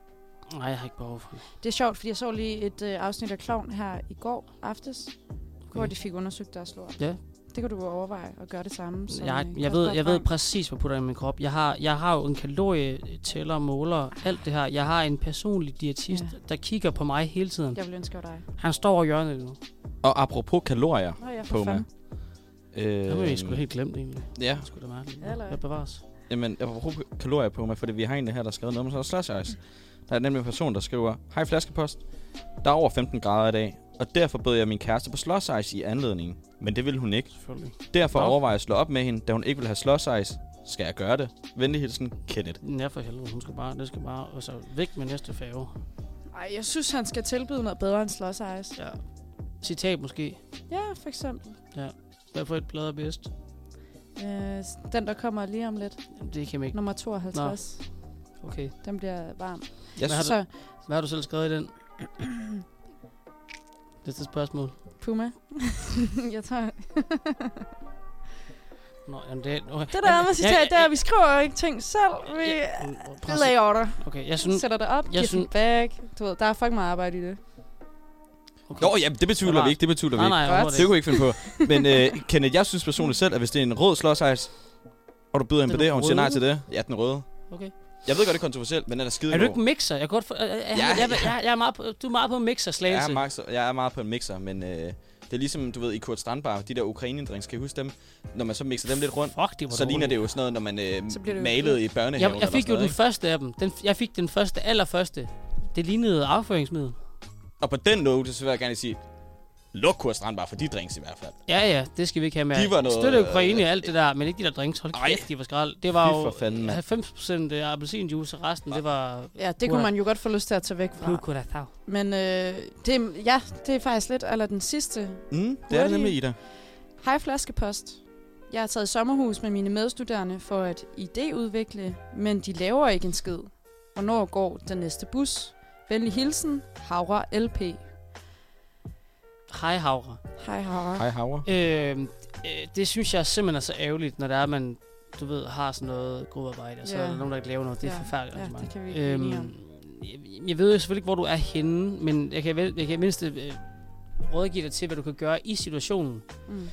S1: Nej, jeg har ikke behov for det.
S3: Det er sjovt, fordi jeg så lige et øh, afsnit af Klovn her i går aftes, okay. hvor
S1: Okay.
S3: de fik undersøgt deres lort.
S1: Ja.
S3: Det kan du jo overveje at gøre det samme. som,
S1: Jeg,
S3: øh,
S1: jeg, ved,
S3: Kasper
S1: jeg ved
S3: Frank.
S1: præcis, hvad jeg putter i min krop. Jeg har, jeg har jo en kalorietæller, måler, alt det her. Jeg har en personlig diætist,
S3: Ja.
S1: der kigger på mig hele tiden.
S3: Jeg vil ønske dig.
S1: Han står over hjørnet nu.
S2: Og apropos kalorier,
S3: Nå ja, for
S2: Puma.
S3: fanden.
S2: øh,
S1: Det har vi sgu da helt glemt, egentlig.
S2: Ja,
S1: Det skulle da mærkeligt.
S3: Ja, eller-
S1: Hvad bevares?
S2: Jamen, jeg bruger kalorier på mig, fordi vi har en her, der har skrevet noget om slash ice. Der er nemlig en person, der skriver, Hej flaskepost, der er over 15 grader i dag, og derfor bød jeg min kæreste på slush ice i anledningen. Men det ville hun ikke.
S1: Selvfølgelig.
S2: Derfor
S1: Nå.
S2: overvejer jeg at slå op med hende, da hun ikke vil have slush ice. Skal jeg gøre det? Venlig hilsen, Kenneth.
S1: Ja, for helvede. Hun skal bare, det skal bare, og så væk med næste færge.
S3: Ej, jeg synes, han skal tilbyde noget bedre end slås ice.
S1: Ja. Citat måske.
S3: Ja, for eksempel.
S1: Hvad for et blad er bedst?
S3: Øh, s- den, der kommer lige om lidt.
S1: Jamen, Det kan man ikke.
S3: Nummer 52.
S1: Okay.
S3: Den bliver varm.
S2: Jeg
S1: Hvad har
S2: synes,
S1: du-
S3: Så,
S1: Hvad har du selv skrevet i den? Næste spørgsmål.
S3: Puma. jeg tager...
S1: Nå, jamen det er... Okay.
S3: Det der er med citat, det er, at vi skriver jo ikke ting selv. Vi
S1: Prøv at se.
S3: layover
S1: Okay, jeg
S3: Sådan,
S1: synes...
S3: sætter det op, giver
S1: synes-
S3: den back. Du ved, der er fucking meget arbejde i det.
S1: Okay.
S2: Nå, jamen, det betvivler vi ikke, det betvivler vi
S1: Nej,
S2: ikke.
S1: nej,
S3: Godt.
S1: overhovedet
S2: Det kunne vi ikke finde på. Men øh, Kenneth, jeg synes personligt selv, at hvis det er en rød slush ice, og du byder hende
S1: Den
S2: på det, og hun siger nej
S1: røde?
S2: til det. Ja, den røde.
S1: ikke. Okay.
S2: Jeg ved godt, det er kontroversielt, men den er skide
S1: Er du ikke mixer? Jeg kan godt for, jeg, jeg,
S2: Ja,
S1: jeg, jeg, jeg, jeg, er meget på, du er meget på mixer slagelse.
S2: Jeg er, max, jeg er meget på en mixer, men øh, det er ligesom, du ved, i Kurt Strandbar, de der ukrainindrinks, kan I huske dem? Når man så mixer dem lidt rundt,
S1: Fuck, det var
S2: så ligner
S1: dårligt.
S2: det jo sådan noget, når man øh,
S3: Så bliver det jo
S2: malede i
S1: Jeg,
S2: børnehaven.
S1: jeg fik
S2: eller
S1: jo
S2: sådan
S1: den
S2: noget,
S1: første af dem. Den, jeg fik den første, allerførste. Det lignede afføringsmiddel.
S2: ikke? Og på den note, så vil jeg gerne lige sige, luk Kurt Strandbar for de drinks i hvert fald.
S1: Ja, ja, det skal vi ikke have med.
S2: De var noget- øh,
S1: Støtte Ukraine og alt det der, men ikke de der drinks. Hold
S2: Ej.
S1: kæft, de var skrald. Det var
S2: Fy
S1: jo
S2: for fanden, mand.
S1: 90 procent øh, appelsinjuice, og resten, det var...
S3: Ja, det kunne man jo godt få lyst til at tage væk fra.
S1: Kukuratau.
S3: Men øh, det, er- ja, det er faktisk lidt, eller den sidste.
S2: Mm, det er det
S3: Hurtigt.
S2: nemlig, Ida.
S3: Hej flaskepost. Jeg har taget i sommerhus med mine medstuderende for at idéudvikle, men de laver ikke en skid. Hvornår går den næste bus? Venlig hilsen, Havre LP.
S1: Hej, Havre.
S3: Hej Havre.
S2: Hej, Havre.
S1: Øh, øh, det synes jeg simpelthen er så ærgerligt, når der er, man du ved, har sådan noget gruppearbejde, og så
S3: Ja.
S1: er der nogen, der ikke laver noget. Det er
S3: Ja,
S1: forfærdeligt.
S3: ja,
S1: altså,
S3: det kan vi
S1: Mark.
S3: ikke blive enige om.
S1: jeg, jeg ved jo selvfølgelig ikke, hvor du er henne, men jeg kan, vel, jeg kan mindst øh, rådgive dig til, hvad du kan gøre i situationen.
S3: Mm.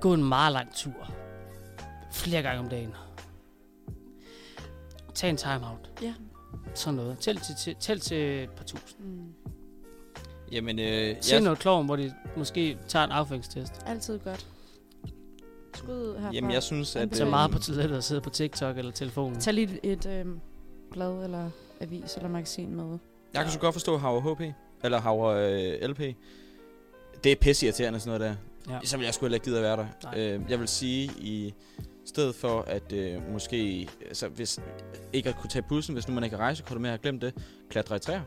S1: Gå en meget lang tur. Flere gange om dagen. Tag en timeout.
S3: Ja.
S1: Sådan noget. Tæl til, til, tæl til et par tusind.
S3: Mm.
S2: Jamen, øh,
S1: Se
S2: jeg,
S1: noget klovn, hvor de måske tager en afføringstest.
S3: Altid godt. Skud herfra.
S2: jamen, jeg synes, at... øh,
S1: Det er
S3: Øhm.
S1: meget på toilettet at sidde på TikTok eller telefonen.
S3: Tag lige et øh, blad eller avis eller magasin med.
S2: Jeg kan sgu godt forstå Havre HP, eller Havre øh, LP. Det er pisse irriterende sådan noget der.
S1: Ja.
S2: Ja. Så vil jeg sgu heller ikke gide at være der.
S1: Nej.
S2: Øh, jeg vil sige, i stedet for at øh, måske, altså hvis ikke at kunne tage bussen, hvis nu man ikke kan rejse, kunne du med at have glemt det, klatre i træer.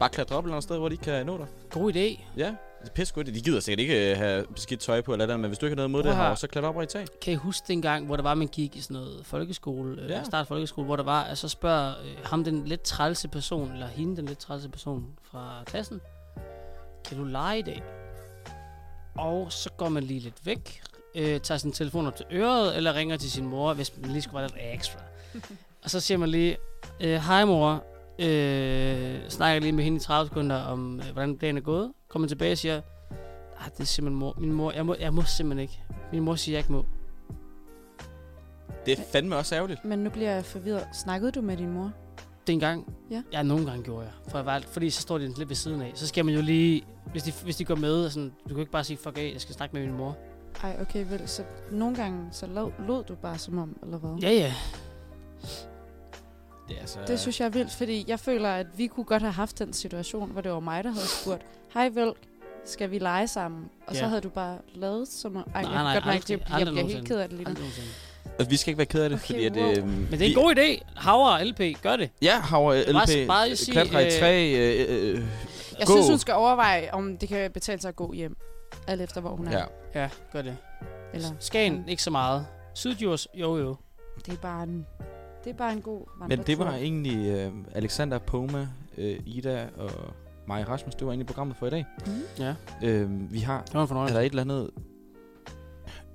S2: Bare klatre op et eller andet sted, hvor de ikke kan nå dig.
S1: God idé.
S2: Ja, det er pisse godt. De gider sikkert ikke øh, have beskidt tøj på eller andet, men hvis du ikke har noget mod
S1: Prøv
S2: det
S1: her.
S2: her, så klatre op og i tag.
S1: Kan I huske dengang, hvor der var, man gik i sådan noget folkeskole, ja.
S2: Ja.
S1: øh, start folkeskole, hvor der var, at så spørger øh, ham den lidt trælse person, eller hende den lidt trælse person fra klassen, kan du lege i dag? Og så går man lige lidt væk, øh, tager sin telefon op til øret, eller ringer til sin mor, hvis man lige skulle være lidt ekstra. og så siger man lige, øh, hej mor, øh, snakker lige med hende i 30 sekunder om, øh, hvordan dagen er gået, kommer tilbage og siger, "Ej, det er simpelthen mor, min mor, jeg må, jeg må simpelthen ikke. Min mor siger, jeg ikke må.
S2: Det er fandme også ærgerligt.
S3: Men nu bliver jeg forvirret. Snakkede du med din mor?
S1: Dengang?
S3: Ja.
S1: Ja, nogle gange gjorde jeg. For jeg var, fordi så står de lidt ved siden af. Så skal man jo lige... Hvis de, hvis de går med, og sådan, du kan jo ikke bare sige, fuck af, jeg skal snakke med min mor.
S3: Ej, okay, vel, så nogle gange så lod, lod du bare som om, eller hvad?
S1: Ja, ja.
S2: Det er altså...
S3: Det synes jeg er vildt, fordi jeg føler, at vi kunne godt have haft den situation, hvor det var mig, der havde spurgt, hej Vølk, skal vi lege sammen? Og så
S1: Ja.
S3: havde du bare lavet som om... Ej,
S1: Nej,
S3: jeg kan
S1: nej,
S3: godt mærke,
S1: aldrig-
S3: det- jeg
S1: aldrig
S3: bliver helt
S1: nogensinde.
S3: ked af det lige nu.
S1: Aldrig nogensinde.
S2: Altså, vi skal ikke være ked af det,
S3: Okay,
S2: okay, fordi at...
S3: wow.
S2: Øh,
S1: Men det er en god idé. Havre og LP, gør det.
S2: Ja, Havre
S1: Bare-
S2: LP,
S1: bare
S2: øh,
S1: sige,
S2: klatre i
S1: øh,
S2: træ, øh, øh, øh,
S3: Jeg
S2: gå.
S3: synes, hun skal overveje, om det kan betale sig at gå hjem. Alt efter, hvor hun er.
S2: Ja.
S1: Ja, gør det.
S3: Eller,
S1: Skagen, ikke så meget. Sydjurs, jo jo.
S3: det er bare en, det er bare en god vandretur.
S2: Men det var egentlig øh, Alexander, Poma, øh, Ida og mig Rasmus, det var egentlig programmet for i dag.
S3: Mhm.
S1: Ja.
S2: Øh, vi har...
S1: Det var en fornøjelse.
S2: Er der et eller andet...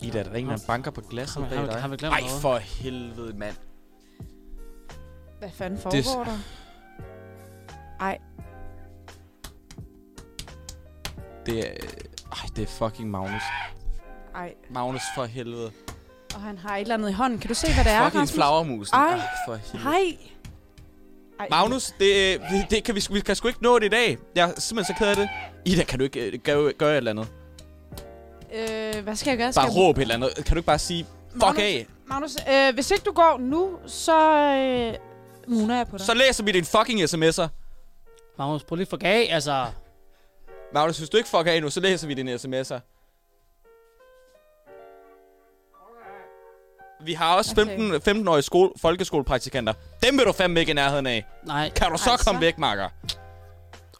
S2: Ida, er der ingen, der banker på glasset
S1: Har
S2: bag
S1: vi- har vi-
S2: dig?
S1: har vi glemt noget?
S2: for helvede, mand.
S3: Hvad fanden foregår der? Ej,
S2: Det er... Øh, ej, det er fucking Magnus.
S3: ej.
S2: Magnus for helvede.
S3: Og han har et eller andet i hånden. Kan du se, hvad det er,
S2: fucking
S3: Rasmus?
S2: flagermusen.
S3: Ej.
S2: Ej, for helvede.
S3: Hej. Ej,
S2: Magnus, det, øh, det, det kan vi, sgu- vi kan sgu ikke nå det i dag. Jeg er simpelthen så ked af det. Ida, kan du ikke øh, gøre, gøre et eller andet?
S3: Øh, hvad skal jeg gøre? Skal
S2: Bare
S3: jeg-
S2: råb et eller andet. Kan du ikke bare sige, fuck
S3: Magnus,
S2: af?
S3: Magnus, øh, hvis ikke du går nu, så øh, muner jeg på dig.
S2: Så læser vi din fucking sms'er.
S1: Magnus, prøv lige for af, altså.
S2: Magnus, hvis du ikke fucker af nu, så læser vi dine sms'er. Vi har også
S3: Okay.
S2: 15, 15-årige skole, folkeskolepraktikanter. Dem vil du fandme ikke i nærheden af.
S1: Nej,
S2: Kan du så
S3: Ej, så-
S2: komme væk, makker?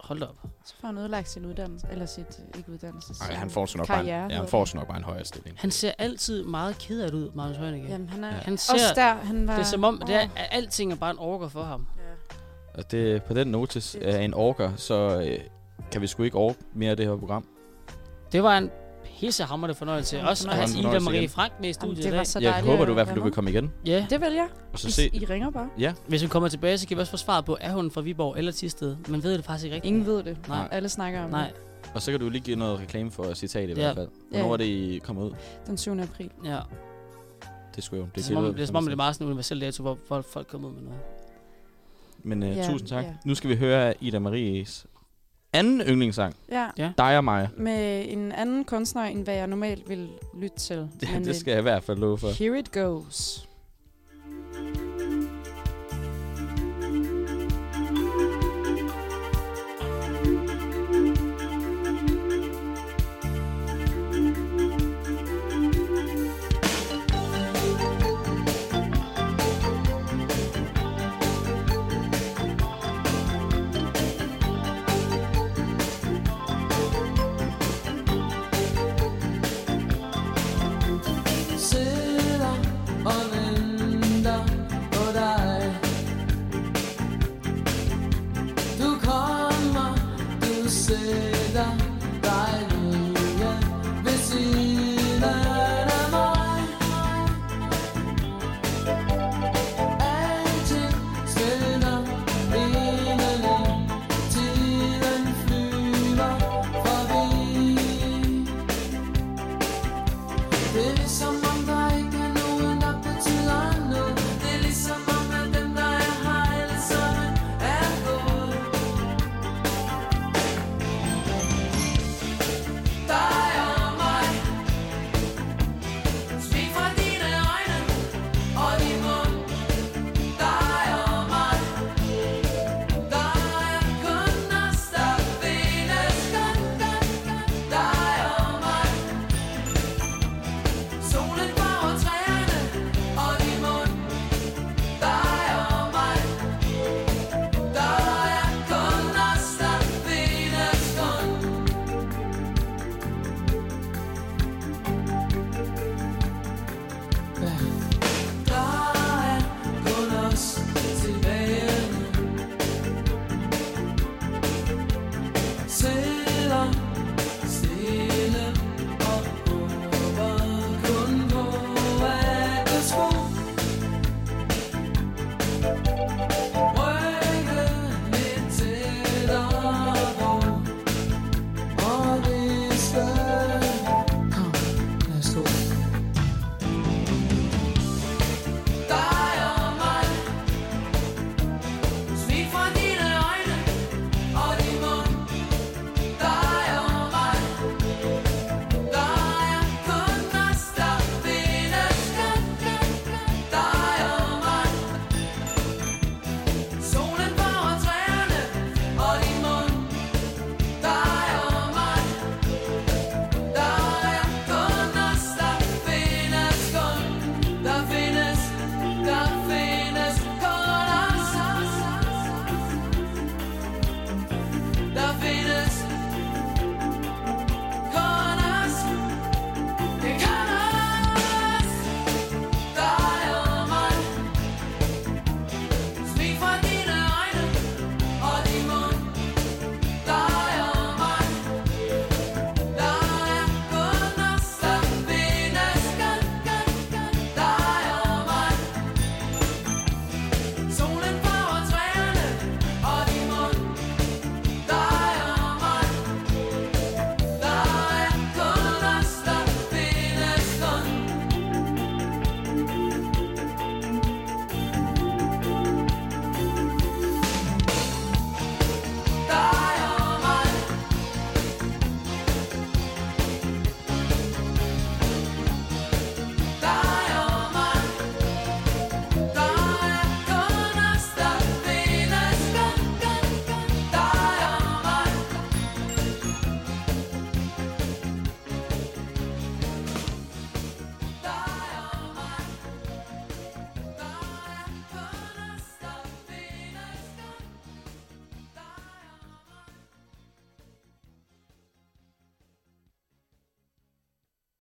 S1: hold da op.
S3: Så får han ødelagt sin uddannelse, eller sit, øh, ikke uddannelse,
S2: Nej,
S3: sin
S2: han får så nok bare en,
S3: karriere.
S2: ja,
S3: hedder
S2: han
S3: det.
S2: får så nok bare en højere stilling.
S1: Han ser altid meget ked af det ud, Magnus Højnække.
S3: Jamen, han er
S2: Ja.
S3: ja.
S1: Han
S3: også
S1: ser...
S3: der, han var...
S1: Det er som om, det er,
S3: Åh,
S1: at alting er bare en orker for ham.
S3: ja.
S2: Og det, på den notis af en orker, så øh, kan vi sgu ikke orke mere af det her program.
S1: Det var en pissehammerende fornøjelse.
S3: Det var en
S1: Også at have
S2: fornøjelse.
S1: Ida
S2: Det var en
S1: Marie
S2: fornøjelse
S1: Frank med i
S3: Jamen,
S1: studiet i
S3: det
S1: dag.
S3: var så dejligt.
S2: Jeg håber
S3: at
S2: du i hvert fald, du
S3: være
S2: vil komme igen.
S1: Ja.
S3: med. Det vil jeg.
S2: Og så
S3: I,
S2: se,
S3: I ringer bare.
S1: Hvis hun kommer tilbage, så kan vi også få svar på, er hun fra Viborg eller Tisted? Man ved det faktisk ikke rigtigt.
S3: Ingen ved det.
S1: Nej.
S3: Alle snakker om
S1: Nej,
S2: og så kan du lige give noget reklame for citat i
S1: Ja.
S2: hvert fald. Hvornår er det, I kommer ud?
S3: det. Den 7. april.
S1: ja.
S2: Det skulle jo.
S1: Det er som om, det, er, som om,
S3: altså.
S1: det er meget sådan en universel dato, hvor, hvor folk kommer ud med noget.
S2: Men uh,
S3: Ja,
S2: yeah, tusind tak.
S3: ja.
S2: Yeah. Nu skal vi høre Ida Maries anden yndlingssang,
S3: Ja.
S2: Dig og mig.
S3: Med en anden kunstner, end hvad jeg normalt vil lytte til.
S2: Ja,
S3: Men,
S2: det
S3: øh,
S2: skal jeg i hvert fald love for.
S3: Here it goes.
S10: sidder og venter på dig. Du kommer, du sætter
S4: ligesom ligesom